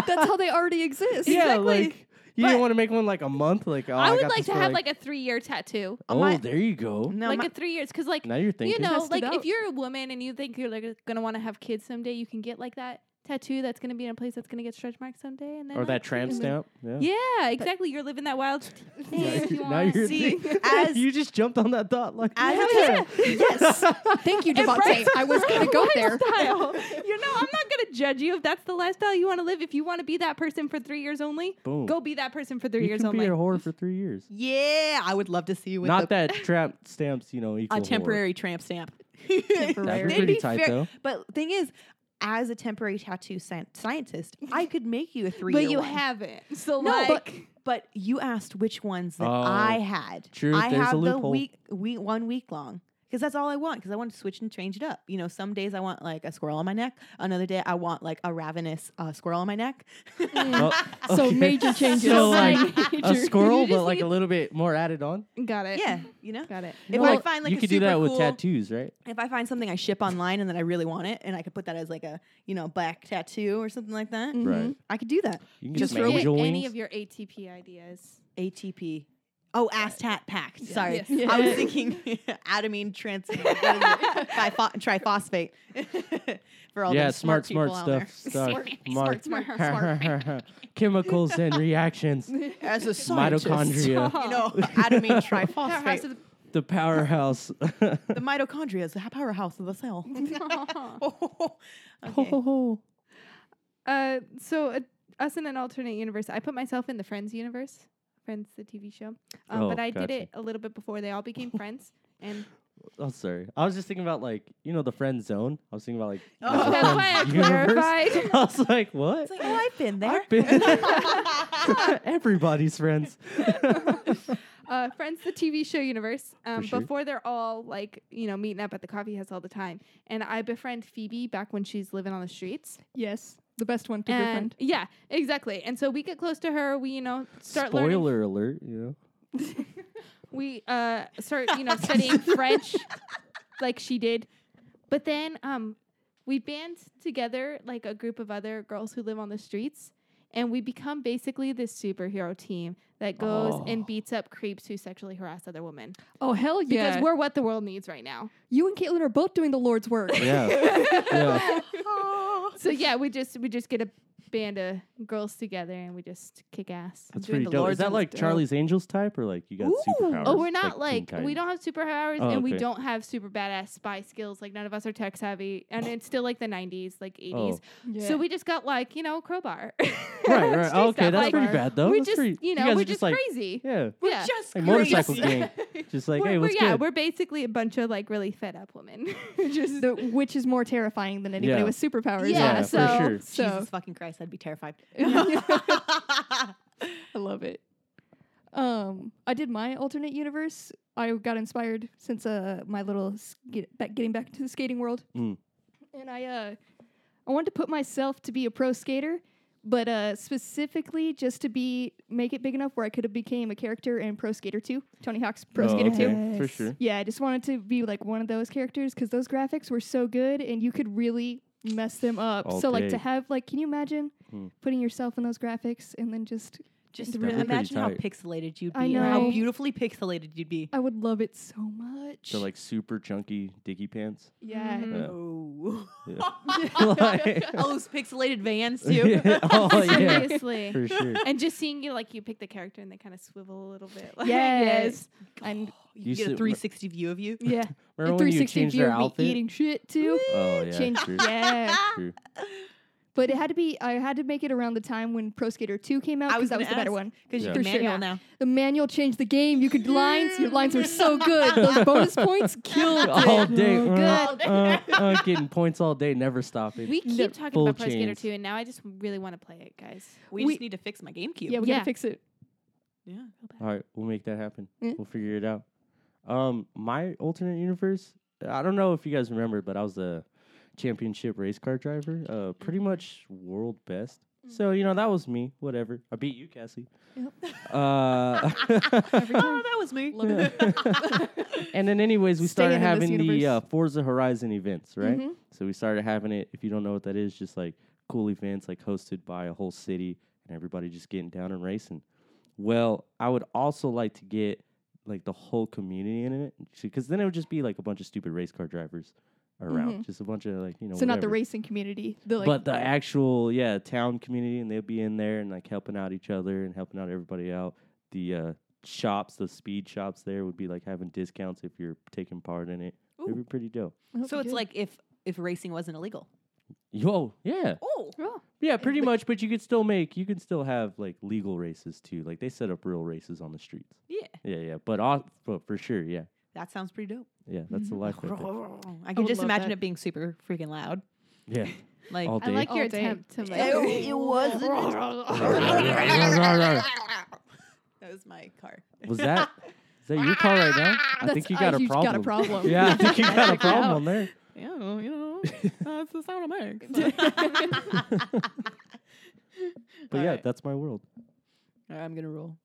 Speaker 4: that's how
Speaker 2: [LAUGHS]
Speaker 4: they already exist.
Speaker 2: Yeah, like you didn't
Speaker 1: But-
Speaker 2: want to make one like a month. Like oh,
Speaker 6: I would
Speaker 2: got
Speaker 6: like
Speaker 2: this
Speaker 6: to
Speaker 2: for,
Speaker 6: have like, a three year tattoo.
Speaker 2: oh,
Speaker 1: my-
Speaker 2: there you go.
Speaker 1: No,
Speaker 6: like
Speaker 1: my-
Speaker 6: a three years, because like
Speaker 2: Now you're thinking.
Speaker 6: you know,
Speaker 4: Test it
Speaker 6: like if
Speaker 4: out.
Speaker 6: you're a woman and you think you're like gonna want to have kids someday, you can get like that tattoo that's gonna be in a place that's gonna get stretch marks someday, and then
Speaker 2: or
Speaker 6: like,
Speaker 2: that tramp
Speaker 6: you-
Speaker 2: stamp.
Speaker 6: Yeah, exactly. You're living that
Speaker 1: [LAUGHS]
Speaker 6: wild. [LAUGHS] thing
Speaker 2: Now
Speaker 6: if
Speaker 2: you-
Speaker 6: you
Speaker 2: [LAUGHS] now
Speaker 6: want.
Speaker 2: you're
Speaker 1: See,
Speaker 2: thinking-
Speaker 1: as-
Speaker 2: [LAUGHS] you just jumped on that thought like
Speaker 1: As a
Speaker 2: yeah.
Speaker 4: yes.
Speaker 2: [LAUGHS]
Speaker 4: Thank you, Devontae. I was gonna go there.
Speaker 6: lifestyle. [LAUGHS] you know, I'm not gonna judge you if that's the lifestyle you want to live. If you want to be that person for three years only,
Speaker 2: Boom.
Speaker 6: go be that person for three
Speaker 2: you
Speaker 6: years
Speaker 2: can
Speaker 6: only.
Speaker 2: be a whore for three years.
Speaker 1: Yeah, I would love to see you with [LAUGHS] the-
Speaker 2: Not that tramp stamps, you know, equal
Speaker 1: a
Speaker 2: whore.
Speaker 1: temporary tramp stamp.
Speaker 2: That'd
Speaker 4: Temporary.
Speaker 2: be
Speaker 1: They'd
Speaker 2: pretty
Speaker 1: be
Speaker 2: tight
Speaker 1: fair-
Speaker 2: though.
Speaker 1: But thing is, as a temporary tattoo scien- scientist, I could make [LAUGHS] you a three.
Speaker 6: but you haven't. So
Speaker 1: No,
Speaker 6: like,
Speaker 1: but- But you asked which ones that
Speaker 2: Oh,
Speaker 1: I had.
Speaker 2: true,
Speaker 1: I
Speaker 2: there's a
Speaker 1: have the
Speaker 2: loophole.
Speaker 1: week, week one week long because that's all I want because I want to switch and change it up. You know, some days I want like a squirrel on my neck. Another day I want like a ravenous uh, squirrel on my neck.
Speaker 2: [LAUGHS] Oh,
Speaker 4: So
Speaker 2: okay.
Speaker 4: major changes.
Speaker 2: So like
Speaker 4: [LAUGHS] Major-
Speaker 2: a squirrel,
Speaker 6: You
Speaker 2: but
Speaker 6: just
Speaker 2: like a
Speaker 6: need-
Speaker 2: little bit more added on.
Speaker 6: got it.
Speaker 1: yeah, you [LAUGHS] know.
Speaker 6: got it.
Speaker 1: If I
Speaker 2: Well,
Speaker 1: find like
Speaker 2: you
Speaker 1: a
Speaker 2: could do
Speaker 1: super
Speaker 2: that with
Speaker 1: cool-
Speaker 2: tattoos, right?
Speaker 1: if I find something I ship online and then I really want it, and I could put that as like a you know back tattoo or something like that,
Speaker 4: Mhm.
Speaker 2: Right.
Speaker 1: I could do that.
Speaker 2: You can just
Speaker 4: Just
Speaker 2: make
Speaker 4: throw
Speaker 6: Get
Speaker 2: angel
Speaker 6: any
Speaker 2: wings.
Speaker 6: of your ATP ideas.
Speaker 1: ATP. Oh, ass tat packed. Sorry,
Speaker 6: Yes.
Speaker 1: I was thinking [LAUGHS] adamine trans
Speaker 2: [LAUGHS]
Speaker 1: tripho- triphosphate [LAUGHS] for all
Speaker 2: yeah,
Speaker 1: those
Speaker 2: smart, smart,
Speaker 1: people out
Speaker 2: stuff, stuff, smart,
Speaker 4: smart,
Speaker 2: [LAUGHS] chemicals and reactions,
Speaker 1: there. [LAUGHS] As a scientist,
Speaker 2: [LAUGHS] mitochondria,
Speaker 1: you
Speaker 2: [LAUGHS]
Speaker 1: know, adamine
Speaker 6: Powerhouse
Speaker 1: triphosphate.
Speaker 6: of
Speaker 2: the powerhouse. Oh,
Speaker 1: the mitochondria is the powerhouse of the
Speaker 2: [LAUGHS]
Speaker 1: cell. [LAUGHS]
Speaker 6: the-
Speaker 1: Okay.
Speaker 3: Uh, so uh, us in an alternate universe. I put myself in the Friends universe. Friends, the TV show. Um,
Speaker 2: Oh,
Speaker 3: but I
Speaker 2: gotcha.
Speaker 3: did it a little bit before they
Speaker 2: [LAUGHS]
Speaker 3: all became friends. And
Speaker 2: oh, sorry. I was just thinking about like you know the friend zone. I was thinking about like
Speaker 1: Oh,
Speaker 2: the
Speaker 3: [LAUGHS] that's why I
Speaker 2: friends universe.
Speaker 3: clarified.
Speaker 2: [LAUGHS] I was like, what?
Speaker 1: It's like, oh, I've been there.
Speaker 2: I've been- [LAUGHS]
Speaker 6: [LAUGHS]
Speaker 2: Everybody's friends.
Speaker 3: uh, Friends, the TV show universe. Um,
Speaker 2: sure.
Speaker 3: Before they're all like, you know, meeting up at the coffee house all the time. And I befriend Phoebe back when she's living on the streets.
Speaker 4: Yes, the best one to
Speaker 3: and
Speaker 4: befriend.
Speaker 3: yeah, exactly. And so we get close to her. We, you know, start learning
Speaker 2: Spoiler alert, you know.
Speaker 3: we uh start
Speaker 1: [LAUGHS]
Speaker 3: you know studying french like she did but then um we band together like a group of other girls who live on the streets
Speaker 6: and we become basically this superhero team that goes
Speaker 2: Oh.
Speaker 6: and beats up creeps who sexually harass other women.
Speaker 4: Oh hell yeah!
Speaker 6: Because we're what the world needs right now.
Speaker 4: you and Caitlin are both doing the Lord's
Speaker 2: [LAUGHS]
Speaker 4: work.
Speaker 2: Yeah. [LAUGHS] yeah.
Speaker 6: So yeah, we just we just get a band of girls together and we just kick ass.
Speaker 2: That's
Speaker 1: doing
Speaker 2: pretty
Speaker 1: the
Speaker 2: dope. Is
Speaker 1: Lord's
Speaker 2: that like
Speaker 1: dope.
Speaker 2: Charlie's Angels type or like you got superpowers?
Speaker 6: Oh, we're not like,
Speaker 2: Teen
Speaker 6: we
Speaker 2: Titans?
Speaker 6: don't have superpowers
Speaker 2: Oh,
Speaker 6: and we
Speaker 2: okay.
Speaker 6: don't have super badass spy skills. Like none of us are tech savvy, and it's still like the '90s, like '80s. So we just got like you know crowbar.
Speaker 2: Oh.
Speaker 6: [LAUGHS]
Speaker 2: Right, right.
Speaker 6: Street
Speaker 2: Oh, okay,
Speaker 6: stuff.
Speaker 2: that's
Speaker 6: Like,
Speaker 2: pretty bad though.
Speaker 6: We
Speaker 2: That's
Speaker 6: just
Speaker 2: pretty-
Speaker 6: you know
Speaker 2: guys
Speaker 6: we're
Speaker 2: are
Speaker 6: just,
Speaker 2: like,
Speaker 6: crazy.
Speaker 2: Yeah.
Speaker 6: We're
Speaker 1: just
Speaker 2: Like motorcycle
Speaker 6: [LAUGHS]
Speaker 2: gang. Just like,
Speaker 6: we're,
Speaker 2: hey,
Speaker 6: we're-
Speaker 2: what's
Speaker 6: yeah,
Speaker 2: good?
Speaker 6: we're basically a bunch of like really fed up women. [LAUGHS] just
Speaker 4: The- which is more terrifying than anybody
Speaker 2: Yeah.
Speaker 4: with superpowers.
Speaker 6: Yeah,
Speaker 2: yeah,
Speaker 6: so-
Speaker 2: for sure.
Speaker 4: So
Speaker 1: Jesus fucking Christ, I'd be
Speaker 2: [LAUGHS]
Speaker 1: terrified. [LAUGHS]
Speaker 4: I love it. Um, I did my alternate universe. I got inspired since uh my little sk- back, getting back to the skating world,
Speaker 2: Mm.
Speaker 4: and I uh I wanted to put myself to be a pro skater, but uh specifically just to be make it big enough where I could have became a character in Pro Skater Two, Tony Hawk's Pro
Speaker 2: Oh,
Speaker 4: Skater
Speaker 2: okay,
Speaker 4: Two.
Speaker 2: For
Speaker 3: Yes.
Speaker 2: sure.
Speaker 4: Yeah, I just wanted to be like one of those characters because those graphics were so good and you could really mess them up.
Speaker 2: All
Speaker 4: so like
Speaker 2: day.
Speaker 4: to have like, can you imagine
Speaker 2: Hmm.
Speaker 4: putting yourself in those graphics and then just
Speaker 1: Just
Speaker 4: That'd
Speaker 2: be pretty
Speaker 1: imagine how
Speaker 2: tight.
Speaker 1: pixelated you'd be,
Speaker 4: I
Speaker 1: and how
Speaker 4: know.
Speaker 1: beautifully pixelated you'd be.
Speaker 4: I would love it so much. Mm-hmm.
Speaker 2: So like super chunky dicky
Speaker 6: [LAUGHS]
Speaker 2: pants.
Speaker 4: yeah.
Speaker 1: [LAUGHS] Mm-hmm.
Speaker 6: Mhm.
Speaker 2: Yeah.
Speaker 4: Um,
Speaker 1: Oh,
Speaker 6: [LAUGHS]
Speaker 2: Yeah.
Speaker 4: [LAUGHS]
Speaker 2: [LAUGHS]
Speaker 1: all those pixelated vans too.
Speaker 6: [LAUGHS]
Speaker 2: Yeah. Oh yeah.
Speaker 6: seriously.
Speaker 2: [LAUGHS] For sure.
Speaker 6: and just seeing you like you pick the character and they kind of swivel a little bit. Like,
Speaker 4: Yes. And
Speaker 1: [LAUGHS] You,
Speaker 2: You
Speaker 1: get a
Speaker 2: sit-
Speaker 1: 360 view of you.
Speaker 2: [LAUGHS]
Speaker 4: yeah, a
Speaker 2: Remember when you
Speaker 4: 360
Speaker 2: changed
Speaker 4: view
Speaker 2: their
Speaker 4: of me
Speaker 2: outfit?
Speaker 4: eating shit too.
Speaker 2: Oh yeah.
Speaker 4: Change-
Speaker 6: [LAUGHS]
Speaker 2: True.
Speaker 4: [LAUGHS] yeah,
Speaker 2: True.
Speaker 4: but it had to be. I had to make it around the time when Pro Skater 2 came out
Speaker 1: I
Speaker 4: because
Speaker 1: was
Speaker 4: that was the
Speaker 1: gonna
Speaker 4: better
Speaker 1: ask.
Speaker 4: one.
Speaker 1: Because
Speaker 2: Yeah.
Speaker 1: you can
Speaker 4: For sure.
Speaker 1: manual
Speaker 4: Yeah.
Speaker 1: now.
Speaker 4: The manual changed the game. You could lines.
Speaker 1: [LAUGHS]
Speaker 4: Your lines were so good. Those bonus points killed.
Speaker 2: All
Speaker 4: it.
Speaker 2: day.
Speaker 4: Oh,
Speaker 2: uh, uh, uh, getting points all day, never
Speaker 6: [LAUGHS]
Speaker 2: stopping.
Speaker 6: We keep
Speaker 4: No,
Speaker 6: talking
Speaker 2: full
Speaker 6: about Pro Skater 2,
Speaker 2: chains.
Speaker 6: and now I just really want to play it, guys.
Speaker 2: [LAUGHS]
Speaker 1: We,
Speaker 4: We-
Speaker 1: just need to fix my GameCube.
Speaker 4: Yeah, we
Speaker 6: Yeah.
Speaker 4: gotta fix it.
Speaker 1: yeah.
Speaker 4: [LAUGHS]
Speaker 2: All right, we'll make that happen.
Speaker 4: Yeah.
Speaker 2: We'll figure it out. Um, my alternate universe. I don't know if you guys remember, but I was a championship race car driver. Uh, pretty much world best. So you know that was me. Whatever. I beat you, Cassie.
Speaker 4: [LAUGHS]
Speaker 2: Uh,
Speaker 1: Oh, that was me.
Speaker 2: [LAUGHS]
Speaker 1: [LAUGHS]
Speaker 2: and then, anyways, we
Speaker 4: Staying
Speaker 2: started
Speaker 4: in this
Speaker 2: having the
Speaker 4: universe. Mm-hmm.
Speaker 2: uh, Forza Horizon events, right? So we started having it. If you don't know what that is, just like cool events, like hosted by a whole city, and everybody just getting down and racing. Well, I would also like to get like the whole community in it, because then it would just be like a bunch of stupid race car drivers around, just a bunch of like you know.
Speaker 4: Mm-hmm. So not the
Speaker 2: whatever.
Speaker 4: racing community. The like.
Speaker 2: but the actual yeah town community, and they'd be in there and like helping out each other and helping out everybody out. The uh, shops, the speed shops there would be like having discounts if you're taking part in it. It'd be pretty dope.
Speaker 1: So it's like if if racing wasn't illegal.
Speaker 2: Yo, yeah.
Speaker 1: Oh,
Speaker 2: Yeah, pretty much, but you could still make, you can still have like legal races too. Like they set up real races on the streets.
Speaker 1: yeah.
Speaker 2: Yeah, yeah, but off, but for sure, yeah,
Speaker 1: That sounds pretty dope.
Speaker 2: yeah, that's the life. Right there.
Speaker 1: I can
Speaker 4: would
Speaker 1: just
Speaker 4: love
Speaker 1: imagine
Speaker 4: that.
Speaker 1: it being super freaking loud.
Speaker 2: Yeah,
Speaker 1: Like
Speaker 2: all
Speaker 6: I
Speaker 2: day.
Speaker 6: like your
Speaker 4: All day.
Speaker 6: attempt
Speaker 1: [LAUGHS]
Speaker 6: to
Speaker 1: Ew,
Speaker 6: like.
Speaker 1: it wasn't. That was my car.
Speaker 2: Was that is that your car right now? I
Speaker 4: That's-
Speaker 2: think you
Speaker 4: I-
Speaker 2: got a
Speaker 4: you've
Speaker 2: problem.
Speaker 4: got a problem.
Speaker 2: yeah, I think you got a problem there.
Speaker 1: Yeah, well, you [LAUGHS] know, that's the sound I [LAUGHS] make.
Speaker 2: But
Speaker 1: All
Speaker 2: yeah,
Speaker 1: right.
Speaker 2: that's my world.
Speaker 1: All right, I'm gonna roll.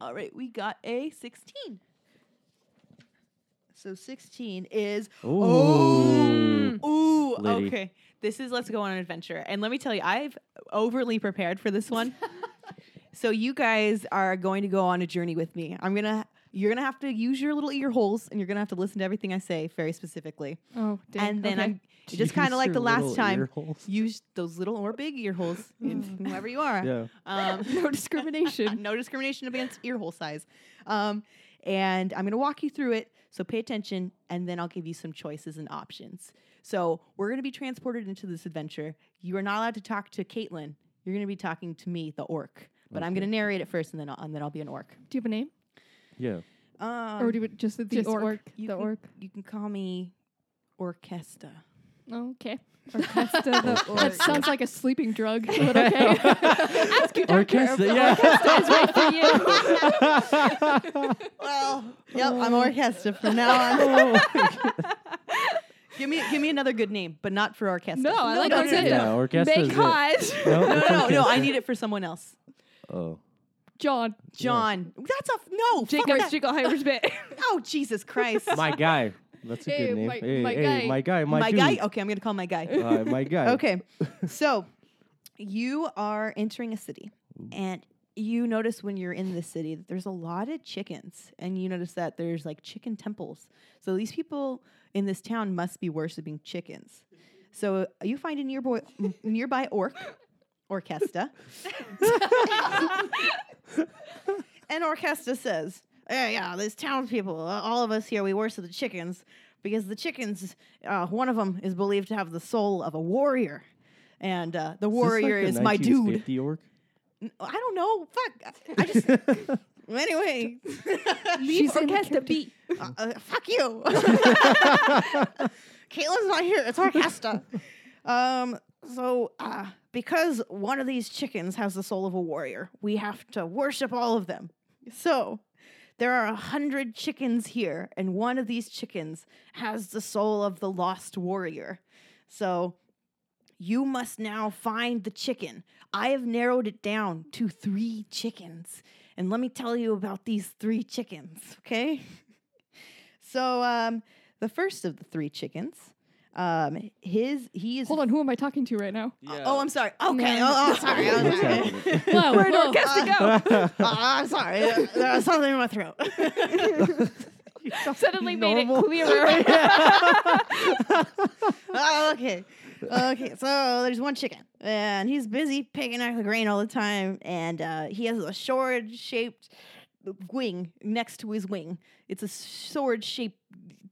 Speaker 1: All right, we got a 16. So 16 is Hmm.
Speaker 2: Ooh.
Speaker 1: ooh
Speaker 2: Liddy.
Speaker 1: okay. This is let's go on an adventure, and let me tell you, I've overly prepared for this [LAUGHS] one. so you guys are going to go on a journey with me. I'm gonna. You're gonna have to use your little ear holes, and you're gonna have to listen to everything I say very specifically.
Speaker 4: Oh, dang.
Speaker 1: and then
Speaker 4: okay.
Speaker 1: I'm just kind of like the last time.
Speaker 2: Yeah.
Speaker 1: Use those little or big ear holes,
Speaker 4: [LAUGHS]
Speaker 1: whoever you are. Um,
Speaker 4: [LAUGHS] no discrimination.
Speaker 1: [LAUGHS] no discrimination against ear hole size. Um, and I'm going to walk you through it. So pay attention, and then I'll give you some choices and options. So we're going to be transported into this adventure. You are not allowed to talk to Caitlin. You're going to be talking to me, the orc. But I'm going to narrate it first, and then I'll, and then I'll be an orc.
Speaker 4: do you have a name,
Speaker 2: Yeah.
Speaker 1: Um,
Speaker 4: or do you just the
Speaker 6: Just
Speaker 4: orc?
Speaker 6: orc.
Speaker 1: you
Speaker 6: the
Speaker 1: can-
Speaker 6: orc.
Speaker 1: You can call me Orchesta.
Speaker 4: Okay.
Speaker 3: Orchestra the orc.
Speaker 4: That sounds like a sleeping drug, [LAUGHS] but okay.
Speaker 2: Orchestra. Yeah.
Speaker 6: That's right for you.
Speaker 2: [LAUGHS]
Speaker 1: Well, yep, I'm Orchesta from now on. [LAUGHS] give me give me another good name, but not for Orchesta.
Speaker 6: No, I like
Speaker 4: that's it.
Speaker 6: Orchestra.
Speaker 2: yeah. Orchestra. is it.
Speaker 6: Because [LAUGHS]
Speaker 2: No,
Speaker 1: no, no,
Speaker 2: it's
Speaker 1: no. I
Speaker 2: orchestra.
Speaker 1: need it for someone else.
Speaker 2: Oh.
Speaker 4: [LAUGHS] John.
Speaker 1: John. That's a f- no. fuck
Speaker 6: Jacob
Speaker 1: that.
Speaker 6: Strickelheimer's bit.
Speaker 1: Oh Jesus Christ.
Speaker 4: [LAUGHS]
Speaker 2: My guy. That's a
Speaker 4: Hey,
Speaker 2: good name.
Speaker 4: my-
Speaker 2: hey,
Speaker 4: my
Speaker 2: hey,
Speaker 4: guy.
Speaker 2: my guy. My,
Speaker 1: My Uh,
Speaker 2: dude.
Speaker 1: [LAUGHS] guy. Okay, I'm gonna call my guy.
Speaker 2: Uh, my guy.
Speaker 1: Okay, so you are entering a city
Speaker 2: Ooh.
Speaker 1: and you notice when you're in the city that there's a lot of chickens and you notice that there's like chicken temples so these people in this town must be worshiping chickens so uh, you find a nearby nearby orc orchestra and orchestra says yeah yeah these townspeople uh, all of us here we worship the chickens because the chickens uh, one of them is believed to have the soul of a warrior and uh, the warrior is, my dude. N- I don't know. Fuck. I [LAUGHS]
Speaker 2: [LAUGHS]
Speaker 4: [LAUGHS]
Speaker 1: just. anyway.
Speaker 4: She's in
Speaker 6: Orchestra
Speaker 4: character.
Speaker 6: B.
Speaker 1: uh, uh, fuck
Speaker 4: [LAUGHS]
Speaker 1: you. Caitlin's not here. It's Orchestra. um, so, uh, because one of these chickens has the soul of a warrior, we have to worship all of them. So, there are a hundred chickens here, and one of these chickens has the soul of the lost warrior. So, you must now find the chicken. I have narrowed it down to three chickens. And let me tell you about these three chickens, okay? [LAUGHS] So um, the first of the three chickens, um, his he is.
Speaker 4: Hold on, who am I talking to right now?
Speaker 1: Oh, I'm sorry. Okay.
Speaker 4: No.
Speaker 1: Oh, oh,
Speaker 4: [LAUGHS]
Speaker 1: sorry. I'm sorry. [LAUGHS]
Speaker 4: Whoa, [LAUGHS] whoa.
Speaker 1: Uh, [LAUGHS] uh, I'm sorry. Uh, there was something in my throat. [LAUGHS]
Speaker 6: Suddenly made it clearer.
Speaker 1: Oh, okay. Okay. So there's one chicken, and he's busy picking up the grain all the time, and uh, he has a sword shaped wing next to his wing. It's a sword shaped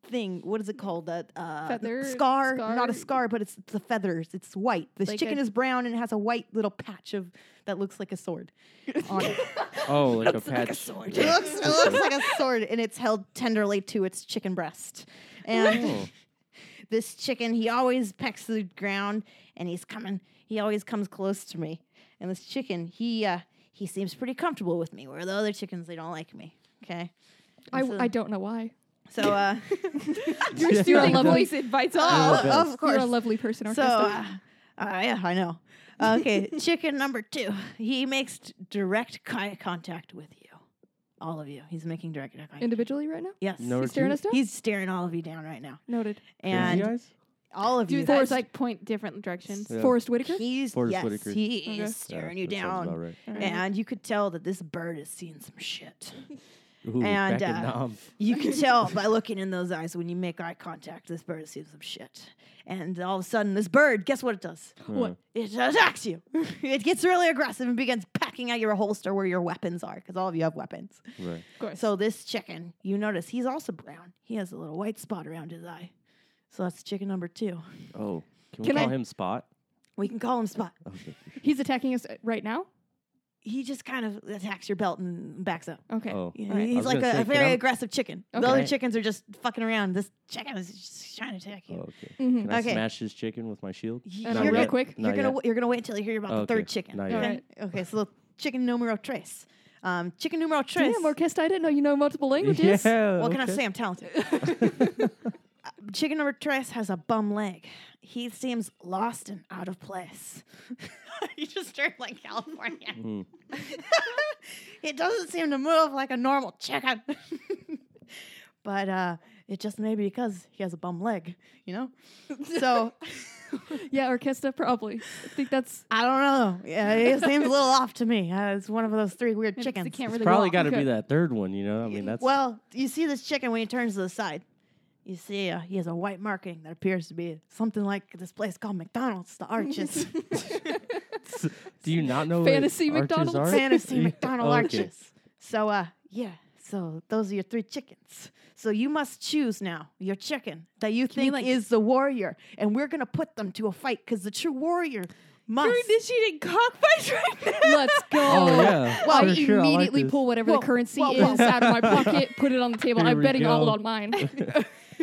Speaker 1: thing. What is it called? A uh,
Speaker 4: Feather,
Speaker 1: scar, Not a
Speaker 4: scar?
Speaker 1: scar, but it's the feathers. It's white. This
Speaker 4: Like
Speaker 1: chicken
Speaker 4: a-
Speaker 1: is brown and it has a white little patch of that looks like a sword on it.
Speaker 2: Oh, like a
Speaker 1: It
Speaker 2: patch.
Speaker 1: looks, it looks like a sword, and it's held tenderly to its chicken breast. And
Speaker 2: Oh.
Speaker 1: [LAUGHS] this chicken, he always pecks the ground, and he's coming. He always comes close to me. And this chicken, he uh, he seems pretty comfortable with me, where the other chickens they don't like me. Okay,
Speaker 4: I,
Speaker 1: It's a-
Speaker 4: I don't know why.
Speaker 1: so
Speaker 4: [LAUGHS]
Speaker 1: uh,
Speaker 2: Yeah.
Speaker 4: You're
Speaker 2: [LAUGHS]
Speaker 4: still a lovely,
Speaker 6: Voice Oh. invites all.
Speaker 2: Yeah, that's-
Speaker 1: of
Speaker 4: you're a
Speaker 1: course,
Speaker 4: lovely person,
Speaker 1: So,
Speaker 4: Orchestra.
Speaker 1: uh, uh, yeah, I know.
Speaker 4: [LAUGHS]
Speaker 1: Okay, chicken number two. He makes t- direct ki- contact with you, all of you. He's making direct eye contact.
Speaker 4: Individually right now?
Speaker 1: yes,
Speaker 2: Number
Speaker 4: He's staring
Speaker 2: two?
Speaker 4: us down?
Speaker 1: he's staring all of you down right now,
Speaker 4: Noted.
Speaker 2: Crazy
Speaker 1: and
Speaker 2: eyes?
Speaker 1: all of you.
Speaker 6: Do that is like point different directions.
Speaker 2: Yeah.
Speaker 4: Forrest Whitaker?
Speaker 1: He's
Speaker 2: Forrest
Speaker 1: yes,
Speaker 2: Whitaker.
Speaker 1: he
Speaker 4: Okay.
Speaker 1: is
Speaker 2: Yeah,
Speaker 1: staring you
Speaker 2: that sounds about
Speaker 1: down,
Speaker 2: right.
Speaker 4: All right.
Speaker 1: and you could tell that this bird has seen some shit.
Speaker 2: Ooh,
Speaker 1: And,
Speaker 2: back in
Speaker 1: uh,
Speaker 2: Nam.
Speaker 6: [LAUGHS]
Speaker 1: You can tell by looking in those eyes when you make eye contact. This bird has seen some shit, and all of a sudden, this bird, guess [LAUGHS] what it does?
Speaker 2: What?
Speaker 1: It attacks you. [LAUGHS] it gets really aggressive and begins packing out your holster where your weapons are, because all of you have weapons.
Speaker 2: Right.
Speaker 1: So this chicken, you notice he's also brown. He has a little white spot around his eye. So that's chicken number two.
Speaker 2: Oh, can we
Speaker 4: Can
Speaker 2: call
Speaker 4: I-
Speaker 2: him Spot?
Speaker 1: We can call him Spot.
Speaker 2: Okay.
Speaker 4: He's attacking us uh, right now?
Speaker 1: He just kind of attacks your belt and backs up.
Speaker 4: Okay.
Speaker 2: Oh.
Speaker 1: Yeah,
Speaker 4: All right.
Speaker 2: I
Speaker 1: He's
Speaker 2: was
Speaker 1: like
Speaker 2: gonna
Speaker 1: a,
Speaker 2: say,
Speaker 1: a
Speaker 2: can I-
Speaker 1: very aggressive chicken. The
Speaker 4: Okay.
Speaker 1: other chickens are just fucking around. This chicken is just trying to attack
Speaker 2: Oh,
Speaker 1: you.
Speaker 2: okay.
Speaker 4: Mhm.
Speaker 2: Can I
Speaker 1: Mm-hmm, Okay.
Speaker 2: smash this chicken with my shield?
Speaker 1: Y-
Speaker 4: And
Speaker 2: Not
Speaker 4: I'm
Speaker 1: you're
Speaker 4: real
Speaker 2: yet.
Speaker 4: quick.
Speaker 2: Not
Speaker 1: You're gonna
Speaker 2: yet.
Speaker 1: wa- you're gonna wait until you hear about the
Speaker 2: Okay,
Speaker 1: third chicken.
Speaker 2: not
Speaker 1: okay?
Speaker 2: yet.
Speaker 4: Alright.
Speaker 1: Okay, so chicken numero tres. Um, chicken numero tres.
Speaker 4: Damn, Orchestra, I didn't know you know multiple
Speaker 2: [LAUGHS]
Speaker 4: languages.
Speaker 2: Yeah,
Speaker 1: What can I
Speaker 2: okay.
Speaker 1: say? I'm
Speaker 2: [LAUGHS]
Speaker 1: talented. Uh, Chicken number tres has a bum leg. He seems lost and out of place. [LAUGHS] you just turned like California.
Speaker 2: Mm.
Speaker 1: it doesn't seem to move like a normal chicken. [LAUGHS] but uh, it just may be because he has a bum leg, you know? so
Speaker 4: Yeah, Orchestra, probably. I think that's
Speaker 1: I don't know. Yeah, it seems a little off to me. Uh, it's one of those three weird
Speaker 6: Chickens.
Speaker 1: chickens.
Speaker 6: They can't really
Speaker 2: Probably
Speaker 6: walk.
Speaker 2: got to be
Speaker 4: Okay.
Speaker 2: that third one, you know? I mean, that's.
Speaker 1: Well, you see this chicken when he turns to the side. You see, uh, he has a white marking that appears to be something like this place called McDonald's, the Arches.
Speaker 2: [LAUGHS] do you not know what
Speaker 4: Fantasy
Speaker 2: arches
Speaker 4: McDonald's?
Speaker 2: are?
Speaker 1: Fantasy
Speaker 2: [LAUGHS] Yeah.
Speaker 1: McDonald
Speaker 2: Oh, okay.
Speaker 1: Arches. So, uh, yeah. So those are your three chickens. So you must choose now your chicken that you think is the warrior, and we're gonna put them to a fight because the true warrior must.
Speaker 6: initiating cockfights right now.
Speaker 4: let's
Speaker 2: [LAUGHS]
Speaker 4: go.
Speaker 1: [LAUGHS]
Speaker 2: Oh, yeah.
Speaker 4: I
Speaker 2: For sure, I like
Speaker 4: immediately
Speaker 2: this.
Speaker 4: pull whatever
Speaker 1: Whoa,
Speaker 4: the currency
Speaker 1: whoa, whoa.
Speaker 4: is
Speaker 1: [LAUGHS]
Speaker 4: out of my pocket, put it on the table.
Speaker 2: Here
Speaker 4: I'm
Speaker 2: we
Speaker 4: betting all
Speaker 2: go. [LAUGHS]
Speaker 4: on mine.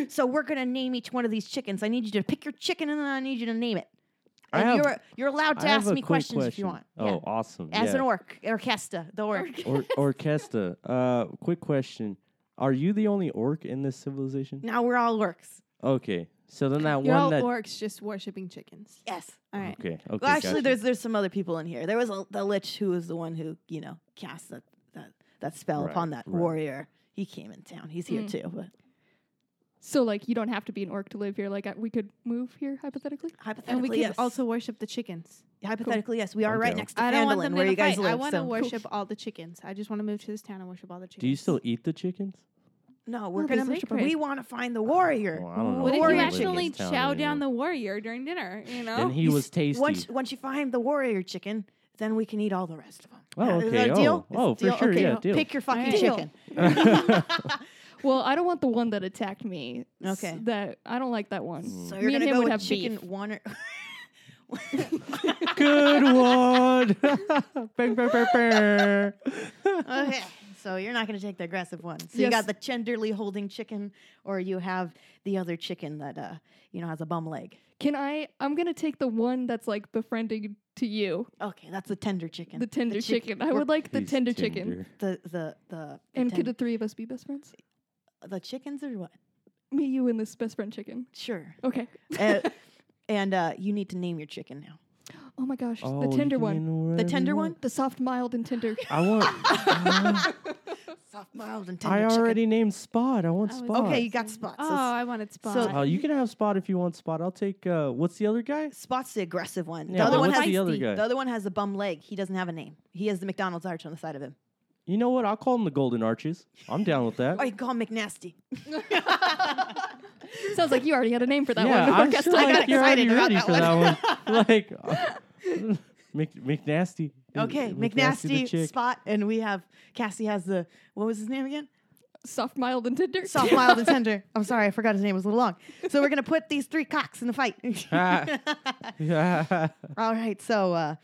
Speaker 1: So we're gonna name each one of these chickens. I need you to pick your chicken, and then I need you to name it.
Speaker 2: I
Speaker 1: And
Speaker 2: have-
Speaker 1: you're you're allowed to
Speaker 2: I have
Speaker 1: ask
Speaker 2: a
Speaker 1: me
Speaker 2: quick
Speaker 1: questions if you want.
Speaker 2: question. Oh,
Speaker 1: Yeah.
Speaker 2: awesome.
Speaker 1: As
Speaker 2: yeah.
Speaker 1: an orc, orchestra, the orc. [LAUGHS]
Speaker 2: Or- orchestra. Uh, quick question: Are you the only orc in this civilization?
Speaker 1: Now we're all orcs.
Speaker 2: Okay, so then that
Speaker 6: You're
Speaker 2: one
Speaker 6: all
Speaker 2: that
Speaker 6: orcs just worshipping chickens.
Speaker 1: Yes.
Speaker 6: All right.
Speaker 2: okay, okay.
Speaker 1: Well, actually,
Speaker 2: gotcha.
Speaker 1: there's there's some other people in here. There was a, the lich who was the one who you know cast that that, that spell
Speaker 2: Right,
Speaker 1: upon that
Speaker 2: right.
Speaker 1: warrior. He came in town. He's here
Speaker 4: Mm.
Speaker 1: too. But
Speaker 4: So like you don't have to be an orc to live here. Like I, we could move here hypothetically.
Speaker 1: Hypothetically,
Speaker 3: And we can
Speaker 1: yes.
Speaker 3: also worship the chickens.
Speaker 1: hypothetically, yes, we are
Speaker 2: I'm
Speaker 1: right
Speaker 2: down.
Speaker 1: next to
Speaker 3: I don't want
Speaker 1: Fandolin,
Speaker 3: them
Speaker 1: where
Speaker 3: to
Speaker 1: you guys
Speaker 3: fight.
Speaker 1: live.
Speaker 3: I want to
Speaker 1: so-
Speaker 3: worship all the chickens. I just want to move to this town and worship all the chickens.
Speaker 2: Do you still eat the chickens?
Speaker 1: [LAUGHS] No, we're
Speaker 4: No,
Speaker 1: gonna.
Speaker 4: these are
Speaker 1: We
Speaker 4: great.
Speaker 1: want to find the warrior.
Speaker 2: Well, I don't know
Speaker 6: What
Speaker 2: if
Speaker 6: if
Speaker 2: I
Speaker 6: you
Speaker 2: live in
Speaker 6: actually
Speaker 2: this town
Speaker 6: chow down
Speaker 2: anymore.
Speaker 6: the warrior during dinner? You know,
Speaker 2: Then he
Speaker 1: You
Speaker 2: was
Speaker 1: s-
Speaker 2: tasty. [LAUGHS]
Speaker 1: [LAUGHS] Once once you find the warrior chicken, then we can eat all the rest of them.
Speaker 2: oh, okay.
Speaker 1: Is that a
Speaker 2: oh,
Speaker 1: deal?
Speaker 2: oh,
Speaker 1: Is it a
Speaker 2: for
Speaker 1: deal?
Speaker 2: sure.
Speaker 1: Okay,
Speaker 2: yeah, deal.
Speaker 1: Pick your fucking
Speaker 3: Alright.
Speaker 1: chicken. [LAUGHS]
Speaker 4: Well, I don't want the one that attacked me. S-
Speaker 1: Okay.
Speaker 4: That I don't like that one.
Speaker 1: So you're
Speaker 4: me
Speaker 1: gonna
Speaker 4: and him
Speaker 1: go
Speaker 4: would
Speaker 1: with
Speaker 4: have
Speaker 1: chicken
Speaker 4: beef.
Speaker 1: one or [LAUGHS]
Speaker 2: Good [LAUGHS] one. bang, bang, bang, bang.
Speaker 1: okay. Oh, So you're not going to take the aggressive one. So you
Speaker 4: Yes.
Speaker 1: got the tenderly holding chicken, or you have the other chicken that uh, you know has a bum leg.
Speaker 4: Can I? I'm gonna take the one that's like befriending to you,
Speaker 1: Okay, that's the tender chicken.
Speaker 4: the tender
Speaker 1: chick-
Speaker 4: chicken. I
Speaker 1: or
Speaker 4: would like the
Speaker 2: He's
Speaker 4: tender, chicken.
Speaker 1: the the the the,
Speaker 4: And could the
Speaker 1: ten-
Speaker 4: three of us be best friends?
Speaker 1: the chickens or what?
Speaker 4: Me, you, and this best friend chicken.
Speaker 1: Sure.
Speaker 4: Okay.
Speaker 1: Uh, and uh, you need to name your chicken now.
Speaker 4: Oh my gosh,
Speaker 2: Oh,
Speaker 4: the
Speaker 2: you
Speaker 4: tender
Speaker 2: can
Speaker 4: one,
Speaker 2: eat whatever
Speaker 1: The
Speaker 2: you
Speaker 1: tender
Speaker 2: want.
Speaker 1: one,
Speaker 4: the soft, mild, and tender. [LAUGHS]
Speaker 2: I want.
Speaker 1: [LAUGHS] soft, mild, and tender.
Speaker 2: I
Speaker 1: chicken.
Speaker 2: already named Spot. I want
Speaker 3: I was-
Speaker 2: Spot.
Speaker 1: Okay, you got spots.
Speaker 3: Oh, I wanted spot.
Speaker 1: So-
Speaker 2: Oh, you can have Spot if you want Spot. I'll take. Uh, what's the other guy?
Speaker 1: spots the aggressive one.
Speaker 2: Yeah,
Speaker 1: the other
Speaker 2: but
Speaker 1: one
Speaker 2: what's
Speaker 1: has
Speaker 2: the other guy?
Speaker 1: the other one has a bum leg. He doesn't have a name. He has the McDonald's arch on the side of him.
Speaker 2: You know what? I'll call him the Golden Arches. I'm down
Speaker 1: [LAUGHS]
Speaker 2: with that.
Speaker 1: Or Oh, you can call him
Speaker 4: [LAUGHS]
Speaker 1: McNasty.
Speaker 4: Sounds like you already had a name for that
Speaker 2: yeah,
Speaker 4: one. [LAUGHS]
Speaker 2: I
Speaker 4: Podcast
Speaker 2: feel
Speaker 4: time.
Speaker 2: like you're already
Speaker 1: excited about
Speaker 2: ready
Speaker 1: that
Speaker 2: for that one. like, [LAUGHS] uh, Mc, [LAUGHS] McNasty.
Speaker 1: Okay,
Speaker 2: Uh, the
Speaker 1: McNasty,
Speaker 2: [LAUGHS] chick.
Speaker 1: spot, and we have Cassie has the what was his name
Speaker 2: [LAUGHS]
Speaker 1: again?
Speaker 4: soft, mild, and tender.
Speaker 1: Soft, mild, and tender. I'm sorry, I forgot his name. It was a little long. So we're gonna put these three cocks in the
Speaker 2: [LAUGHS]
Speaker 1: fight. [LAUGHS]
Speaker 2: Yeah.
Speaker 1: All right. So, uh,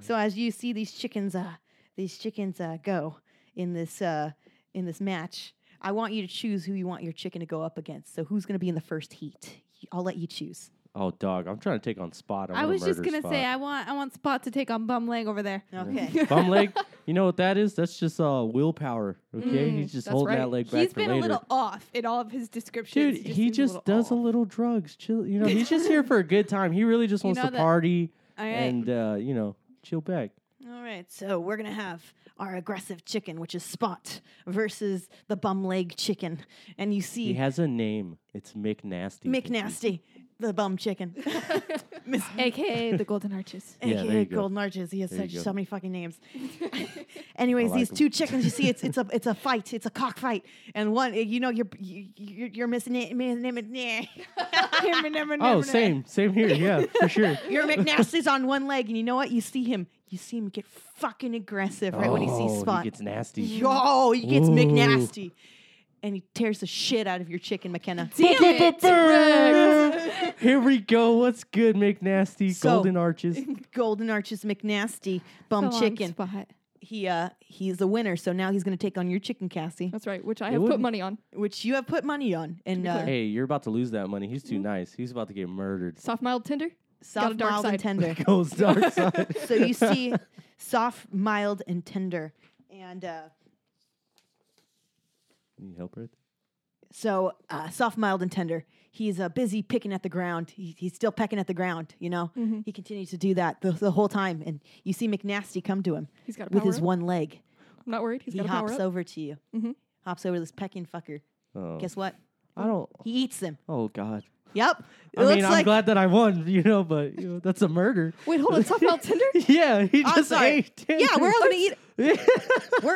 Speaker 1: so as you see these chickens, uh, these chickens uh, go in this uh, in this match, I want you to choose who you want your chicken to go up against. So who's gonna be in the first heat? Y- I'll let you choose.
Speaker 2: oh, dog. I'm trying to take on Spot. I'm
Speaker 6: I
Speaker 2: gonna
Speaker 6: was just
Speaker 2: murder
Speaker 6: gonna
Speaker 2: Spot.
Speaker 6: say I want I want Spot to take on bum leg over there. [LAUGHS]
Speaker 1: Okay.
Speaker 2: [LAUGHS] Bum leg. You know what that is? That's just uh, willpower. Okay, he's just
Speaker 4: that's
Speaker 2: holding that
Speaker 4: right.
Speaker 2: leg back
Speaker 6: He's
Speaker 2: for
Speaker 6: been
Speaker 2: later.
Speaker 6: a little off in all of his descriptions.
Speaker 2: Dude, he
Speaker 6: seems a
Speaker 2: just
Speaker 6: little
Speaker 2: does a
Speaker 6: off.
Speaker 2: little drugs. Chill. You know, he's just here for a good time. He really just
Speaker 6: You
Speaker 2: wants
Speaker 6: know
Speaker 2: to
Speaker 6: that-
Speaker 2: party
Speaker 6: All right.
Speaker 2: and uh, you know, chill back.
Speaker 1: All right. So we're gonna have our aggressive chicken, which is Spot, versus the bum leg chicken, and you see
Speaker 2: He has a name. It's Mick Nasty.
Speaker 1: McNasty, the bum
Speaker 2: [LAUGHS]
Speaker 1: chicken. Miss
Speaker 3: AKA the Golden
Speaker 6: [LAUGHS]
Speaker 3: Arches.
Speaker 2: Yeah, there
Speaker 1: AKA
Speaker 2: you go.
Speaker 1: Golden Arches. He has
Speaker 2: There you
Speaker 1: such
Speaker 2: go.
Speaker 1: so many fucking
Speaker 2: [LAUGHS]
Speaker 1: names. Anyways,
Speaker 2: like
Speaker 1: these
Speaker 2: 'em.
Speaker 1: two chickens, you see,
Speaker 2: [LAUGHS]
Speaker 1: it's it's a it's a fight, it's a cockfight, and one, eh, you know, you're you, you're, you're missing it, missing it,
Speaker 2: [LAUGHS] Oh, same, same here. Yeah, for sure.
Speaker 1: your McNasty's on one leg, and you know what? You see him, you see him get fucking aggressive right when he
Speaker 2: Oh,
Speaker 1: sees Spot.
Speaker 2: He gets nasty. [LAUGHS]
Speaker 1: Yo, he gets
Speaker 2: Ooh.
Speaker 1: McNasty, and he tears the shit out of your chicken, McKenna.
Speaker 2: Here we go. What's good, McNasty?
Speaker 1: So-
Speaker 2: Golden arches.
Speaker 1: Golden Arches McNasty, bum
Speaker 3: So on
Speaker 1: chicken.
Speaker 3: Spot.
Speaker 1: He uh he's the winner, so now he's gonna take on your chicken, Cassie.
Speaker 4: [LAUGHS] That's right, which I
Speaker 2: It
Speaker 4: have put
Speaker 2: wouldn't-
Speaker 4: money on.
Speaker 1: which you have put money on. And uh,
Speaker 2: Hey, you're about to lose that money. He's too nice. He's about to get
Speaker 4: [LAUGHS]
Speaker 2: murdered.
Speaker 4: Soft, mild, tender. Got a
Speaker 1: soft,
Speaker 4: dark
Speaker 1: mild, and
Speaker 4: side.
Speaker 1: tender.
Speaker 4: [LAUGHS]
Speaker 2: Goes dark
Speaker 1: [LAUGHS]
Speaker 2: side.
Speaker 1: so you see, soft, mild, and tender. And uh,
Speaker 2: Need help right
Speaker 1: so, uh, soft, mild, and tender. He's uh, busy picking at the ground. He, he's still pecking at the ground. You know,
Speaker 4: Mm-hmm.
Speaker 1: he continues to do that the, the whole time. And you see McNasty come to him
Speaker 4: He's got a
Speaker 1: with
Speaker 4: power
Speaker 1: his
Speaker 4: up.
Speaker 1: one leg.
Speaker 4: I'm not worried. He's
Speaker 1: he
Speaker 4: got a power
Speaker 1: hops
Speaker 4: up.
Speaker 1: over to you.
Speaker 4: Mhm.
Speaker 1: Hops over to this pecking fucker.
Speaker 2: there? Oh,
Speaker 1: Guess what?
Speaker 2: I don't.
Speaker 1: He eats him.
Speaker 2: Oh God.
Speaker 1: Yep. It
Speaker 2: I mean,
Speaker 1: looks
Speaker 2: I'm
Speaker 1: like
Speaker 2: glad that I won, you know, but you know, that's
Speaker 1: [LAUGHS]
Speaker 2: a murder.
Speaker 4: Wait, hold on. Soft, mild,
Speaker 6: [LAUGHS]
Speaker 4: tender.
Speaker 2: [LAUGHS] yeah, he
Speaker 1: I'm
Speaker 2: just
Speaker 1: sorry.
Speaker 2: ate.
Speaker 1: Yeah, we're all gonna eat.
Speaker 2: [LAUGHS]
Speaker 1: we're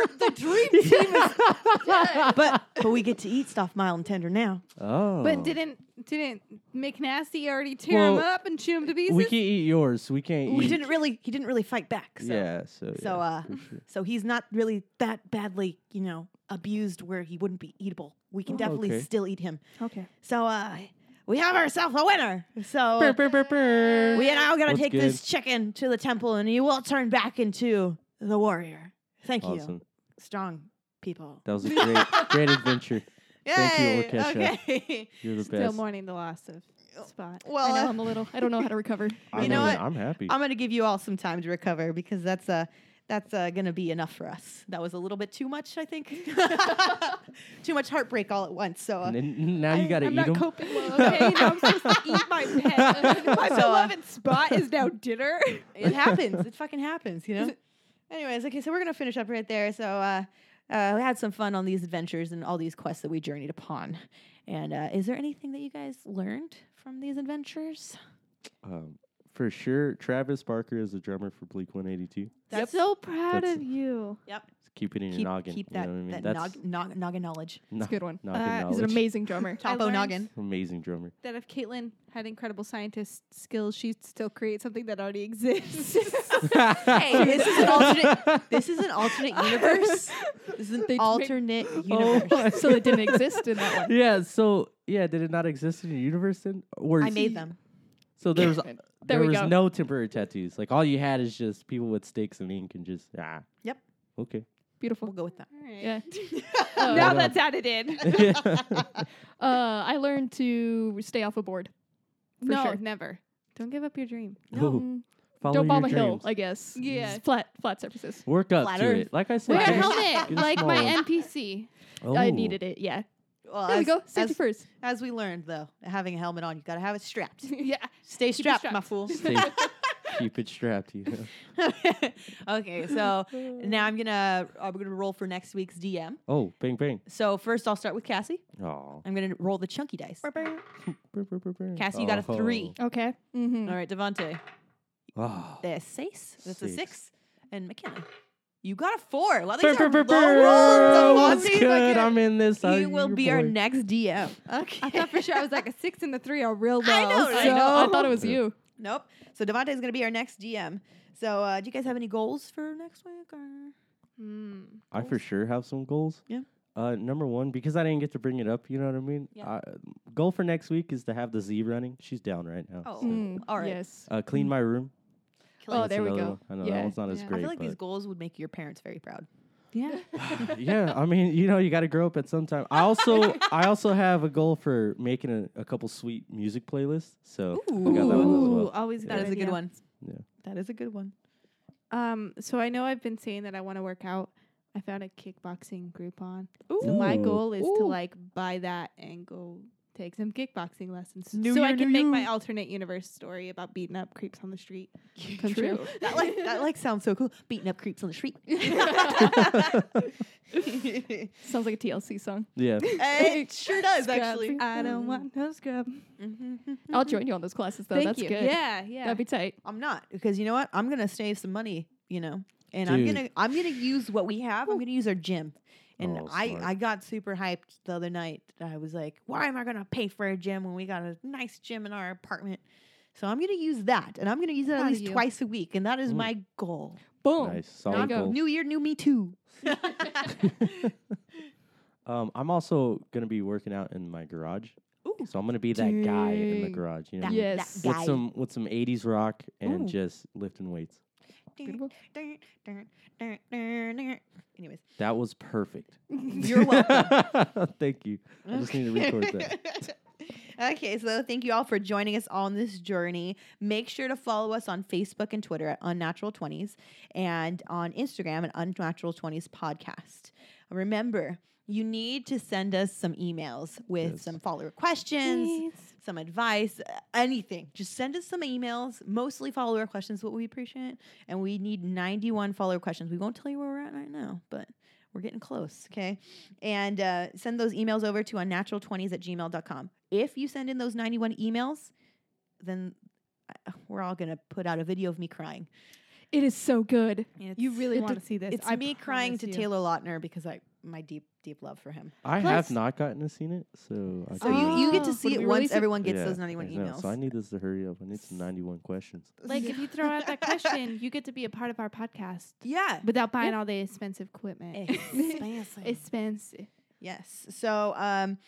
Speaker 1: the [LAUGHS] dream team, is but but we get to eat stuff mild and tender now.
Speaker 2: oh,
Speaker 6: But didn't didn't McNasty already tear him
Speaker 2: Well,
Speaker 6: up and chew him to pieces?
Speaker 2: we can eat yours? We can't
Speaker 1: He
Speaker 2: eat. [LAUGHS]
Speaker 1: didn't really he didn't really fight back. So.
Speaker 2: yeah, so yeah,
Speaker 1: So uh,
Speaker 2: for sure.
Speaker 1: so he's not really that badly you know abused where he wouldn't be eatable. We can
Speaker 2: Oh,
Speaker 1: definitely
Speaker 2: okay.
Speaker 1: still eat him.
Speaker 3: Okay.
Speaker 1: So uh, we have ourselves a winner. So
Speaker 2: Brr, brr, brr, brr.
Speaker 1: we are now gonna
Speaker 2: What's
Speaker 1: take
Speaker 2: good?
Speaker 1: this chicken to the temple, and he will turn back into the warrior. Thank you,
Speaker 2: Awesome.
Speaker 1: strong people. [LAUGHS]
Speaker 2: That was a great, great adventure. Thank you,
Speaker 1: Yay,
Speaker 2: Orchestra.
Speaker 1: Okay. [LAUGHS]
Speaker 2: You're the
Speaker 6: Still
Speaker 2: best.
Speaker 6: mourning the loss of Spot.
Speaker 1: well,
Speaker 4: I
Speaker 1: uh,
Speaker 4: know I'm a little. I don't know how to recover.
Speaker 2: I
Speaker 1: You know
Speaker 2: mean,
Speaker 1: what?
Speaker 2: I'm happy.
Speaker 1: I'm going to give you all some time to recover because that's uh, that's uh, going to be enough for us. That was a little bit too much, I think. [LAUGHS] too much heartbreak all at once. So, uh,
Speaker 2: and then, now you got to
Speaker 6: I'm
Speaker 2: eat
Speaker 6: not
Speaker 2: them.
Speaker 6: coping
Speaker 2: [LAUGHS]
Speaker 6: well. Okay, now I'm supposed to eat my [LAUGHS] pet. my
Speaker 1: So, uh,
Speaker 6: beloved Spot is now [LAUGHS] dinner.
Speaker 1: [LAUGHS] it happens. It fucking happens, you know? Anyways, okay, so we're going to finish up right there. So, uh, uh, we had some fun on these adventures and all these quests that we journeyed upon. And uh, is there anything that you guys learned from these adventures?
Speaker 2: Um, for sure, Travis Barker is the drummer for Bleak 182.
Speaker 6: That's so proud
Speaker 2: That's-
Speaker 6: of you.
Speaker 2: Just keep it in
Speaker 1: keep,
Speaker 2: your noggin.
Speaker 1: keep
Speaker 2: you
Speaker 1: that,
Speaker 2: know what I mean?
Speaker 1: that
Speaker 2: That's
Speaker 1: nog, nog, noggin knowledge.
Speaker 4: It's a good one.
Speaker 2: no-
Speaker 6: Uh,
Speaker 2: noggin
Speaker 4: He's an
Speaker 2: knowledge. [LAUGHS]
Speaker 4: amazing drummer.
Speaker 6: I
Speaker 1: Topo
Speaker 6: learned-
Speaker 1: noggin.
Speaker 2: Amazing drummer.
Speaker 6: That if Caitlin had incredible scientist skills, she'd still create something that already [LAUGHS] exists.
Speaker 1: Hey, this is an alternate. This is an alternate [LAUGHS] universe. This is an
Speaker 4: They make-
Speaker 1: alternate
Speaker 2: Oh
Speaker 1: universe.
Speaker 2: [LAUGHS] my-
Speaker 4: so it didn't exist in that one.
Speaker 2: yeah, so yeah, did it not exist in your universe then? Or
Speaker 1: I
Speaker 2: is- [LAUGHS]
Speaker 1: made them.
Speaker 2: So there was
Speaker 4: [LAUGHS] There
Speaker 2: there,
Speaker 4: we
Speaker 2: was
Speaker 4: go.
Speaker 2: no temporary tattoos. Like all you had is just people with sticks and ink and just ah.
Speaker 1: Yep. [LAUGHS]
Speaker 2: Okay. [LAUGHS]
Speaker 1: We'll
Speaker 6: [LAUGHS]
Speaker 4: Beautiful.
Speaker 1: go with that.
Speaker 4: Yeah.
Speaker 6: now
Speaker 4: Uh,
Speaker 2: Yeah.
Speaker 6: that's added [LAUGHS] in.
Speaker 4: uh, I learned to stay off a board. For
Speaker 6: no,
Speaker 4: sure.
Speaker 6: never. Don't give up your dream. [LAUGHS]
Speaker 2: Ooh,
Speaker 4: Mm,
Speaker 2: follow
Speaker 4: Don't
Speaker 2: your
Speaker 4: bomb a hill,
Speaker 2: dreams.
Speaker 4: I guess.
Speaker 6: Yeah.
Speaker 4: Just Flat, flat surfaces.
Speaker 2: Work up
Speaker 1: Flat
Speaker 2: to
Speaker 1: Earth.
Speaker 2: it. Like I said,
Speaker 6: Wear a
Speaker 2: get
Speaker 6: helmet,
Speaker 2: get a
Speaker 6: like
Speaker 2: small
Speaker 6: my
Speaker 2: one.
Speaker 6: NPC.
Speaker 4: I
Speaker 2: Oh.
Speaker 4: needed it. Yeah.
Speaker 1: Well,
Speaker 4: There we
Speaker 1: as-
Speaker 4: go. Safety
Speaker 1: As,
Speaker 4: first.
Speaker 1: as we learned, though, having a helmet on, you gotta have it strapped.
Speaker 6: yeah.
Speaker 1: Stay strapped, my
Speaker 6: strapped.
Speaker 1: fool. [LAUGHS]
Speaker 2: Stay- keep it strapped. You know.
Speaker 1: okay, so now I'm gonna I'm gonna roll for next week's DM.
Speaker 2: Oh, bang bang.
Speaker 1: So first, I'll start with Cassie.
Speaker 2: Oh.
Speaker 1: I'm gonna roll the chunky dice. Cassie,
Speaker 2: Cassie,
Speaker 1: you got a three.
Speaker 4: Okay. Mm-hmm.
Speaker 1: All right, Devante.
Speaker 2: Oh.
Speaker 1: There's six. That's a
Speaker 2: Six.
Speaker 1: six. And McKenna, you got a four. A lot of
Speaker 2: Burr,
Speaker 1: these are
Speaker 2: burr, burr,
Speaker 1: low rolls.
Speaker 2: burr.
Speaker 1: Let's
Speaker 2: What's
Speaker 1: see if I
Speaker 2: good?
Speaker 1: can-
Speaker 2: I'm in this.
Speaker 1: You
Speaker 2: I'm
Speaker 1: will
Speaker 2: your
Speaker 1: be our
Speaker 2: boy.
Speaker 1: next DM. Okay.
Speaker 6: I thought for sure I was like a six and a three are real low.
Speaker 1: I know, right?
Speaker 4: I know. I
Speaker 6: [LAUGHS]
Speaker 1: So-
Speaker 4: thought it was [LAUGHS] you.
Speaker 1: Nope. So Devante is gonna be our next DM. So uh, do you guys have any goals for next week? Or?
Speaker 6: Mm.
Speaker 2: I for sure have some goals.
Speaker 1: Yeah.
Speaker 2: Uh, number one, because I didn't get to bring it up, you know what I mean.
Speaker 1: Yeah.
Speaker 2: I, goal for next week is to have the Z running. She's down right now.
Speaker 1: Oh.
Speaker 2: so-
Speaker 4: Mm,
Speaker 1: all right.
Speaker 4: Yes.
Speaker 2: Uh, clean my room.
Speaker 4: Oh,
Speaker 2: That's
Speaker 4: there we
Speaker 2: another
Speaker 4: go.
Speaker 2: one. I know
Speaker 4: Yeah.
Speaker 2: that one's not as
Speaker 6: Yeah.
Speaker 2: great.
Speaker 1: I feel like
Speaker 2: but-
Speaker 1: these goals would make your parents very proud.
Speaker 6: [LAUGHS] Yeah.
Speaker 2: [LAUGHS] yeah, I mean, you know, you got to grow up at some time. I also, I also have a goal for making a, a couple sweet music playlists. So I got that one as
Speaker 6: Ooh,
Speaker 2: well.
Speaker 6: always
Speaker 1: That is a
Speaker 6: idea.
Speaker 1: good one.
Speaker 2: Yeah.
Speaker 1: That is a good [LAUGHS] one.
Speaker 6: Um, so I know I've been saying that I want to work out. I found a kickboxing group on. So my
Speaker 2: Ooh.
Speaker 6: goal is to
Speaker 4: Ooh.
Speaker 6: like buy that and go take some kickboxing lessons
Speaker 1: New
Speaker 6: so I
Speaker 1: year,
Speaker 6: can
Speaker 1: new
Speaker 6: make
Speaker 1: you.
Speaker 6: my alternate universe story about beating up creeps on the street.
Speaker 4: Come true.
Speaker 1: That like that like sounds so cool. Beating up creeps on the [LAUGHS] street.
Speaker 4: [LAUGHS] Sounds like a TLC song.
Speaker 2: Yeah,
Speaker 1: it sure does actually. Mm-hmm.
Speaker 6: I don't want no scrub.
Speaker 4: I'll join Mm-hmm. you on those classes though.
Speaker 6: Thank
Speaker 4: That's
Speaker 6: you.
Speaker 4: good.
Speaker 6: Yeah, yeah.
Speaker 4: That'd be tight.
Speaker 1: I'm not because you know what? I'm gonna save some money. You know, and I'm
Speaker 2: Dude.
Speaker 1: gonna I'm gonna use what we have. I'm gonna use our gym. And
Speaker 2: Oh,
Speaker 1: I
Speaker 2: smart.
Speaker 1: I got super hyped the other night. I was like, why am I gonna pay for a gym when we got a nice gym in our apartment? So I'm gonna use that, and I'm gonna use it at
Speaker 6: Proud of
Speaker 1: least
Speaker 6: you.
Speaker 1: twice a week, and that is
Speaker 2: Mm.
Speaker 1: my goal.
Speaker 4: Boom.
Speaker 2: nice,
Speaker 4: There
Speaker 2: solid
Speaker 4: you go.
Speaker 2: goal.
Speaker 1: New [LAUGHS] year, new me too.
Speaker 2: [LAUGHS] um, I'm also gonna be working out in my garage.
Speaker 1: Ooh.
Speaker 2: So I'm gonna be that guy in the
Speaker 4: Dang.
Speaker 2: garage. You know,
Speaker 1: That-
Speaker 2: what I mean?
Speaker 4: Yes.
Speaker 1: that
Speaker 2: with
Speaker 1: guy.
Speaker 2: some with some 80s rock and
Speaker 1: Ooh.
Speaker 2: just lifting weights.
Speaker 4: Beautiful.
Speaker 1: [LAUGHS] Anyways,
Speaker 2: That was perfect.
Speaker 1: you're welcome.
Speaker 2: [LAUGHS] Thank you. I just need to record that.
Speaker 1: [LAUGHS] okay, so thank you all for joining us on this journey. Make sure to follow us on Facebook and Twitter at Unnatural Twenties and on Instagram at Unnatural Twenties Podcast. Remember, you need to send us some emails with
Speaker 2: Yes.
Speaker 1: some follower questions, some advice, uh, anything. Just send us some emails, mostly follower questions, what we appreciate. And we need 91 follower questions. We won't tell you where we're at right now, but we're getting close, okay? And uh, send those emails over to unnatural20s at gmail.com. If you send in those 91 emails, then uh, we're all going to put out a video of me crying.
Speaker 4: It is so good.
Speaker 6: You really
Speaker 4: it
Speaker 6: want to
Speaker 4: did-
Speaker 6: see this.
Speaker 1: It's
Speaker 6: I
Speaker 1: me crying
Speaker 6: promise
Speaker 1: to
Speaker 6: you.
Speaker 1: Taylor Lautner because I my deep, deep love for him.
Speaker 2: I
Speaker 6: Plus-
Speaker 2: have not gotten to seen it, so I
Speaker 1: So you, you get
Speaker 6: Oh.
Speaker 1: to see
Speaker 4: When
Speaker 1: it
Speaker 4: we
Speaker 1: once
Speaker 4: release it-
Speaker 1: everyone gets
Speaker 2: Yeah,
Speaker 1: those
Speaker 2: I
Speaker 1: 91
Speaker 2: know,
Speaker 1: emails.
Speaker 2: So I need this to hurry up. I need some 91
Speaker 1: [LAUGHS]
Speaker 2: questions.
Speaker 6: Like if you throw out that question, you get to be a part of our
Speaker 4: [LAUGHS]
Speaker 6: podcast
Speaker 1: yeah.
Speaker 6: without buying all the expensive equipment. [LAUGHS]
Speaker 1: Expansive.
Speaker 6: expensive.
Speaker 1: [LAUGHS] Yes. So, um,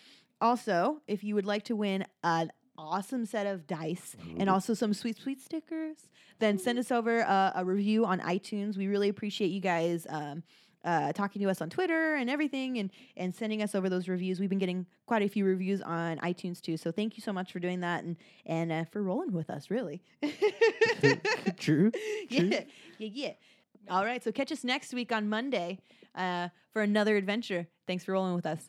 Speaker 1: also, if you would like to win an awesome set of dice and also some sweet, sweet stickers, then send us over uh, a review on iTunes. We really appreciate you guys. Um, uh, talking to us on Twitter and everything, and and sending us over those reviews. We've been getting quite a few reviews on iTunes too, so thank you so much for doing that and and uh, for rolling with us. Really, [LAUGHS]
Speaker 2: True. True.
Speaker 1: yeah, yeah, yeah. All right, so catch us next week on Monday uh, for another adventure. Thanks for rolling with us.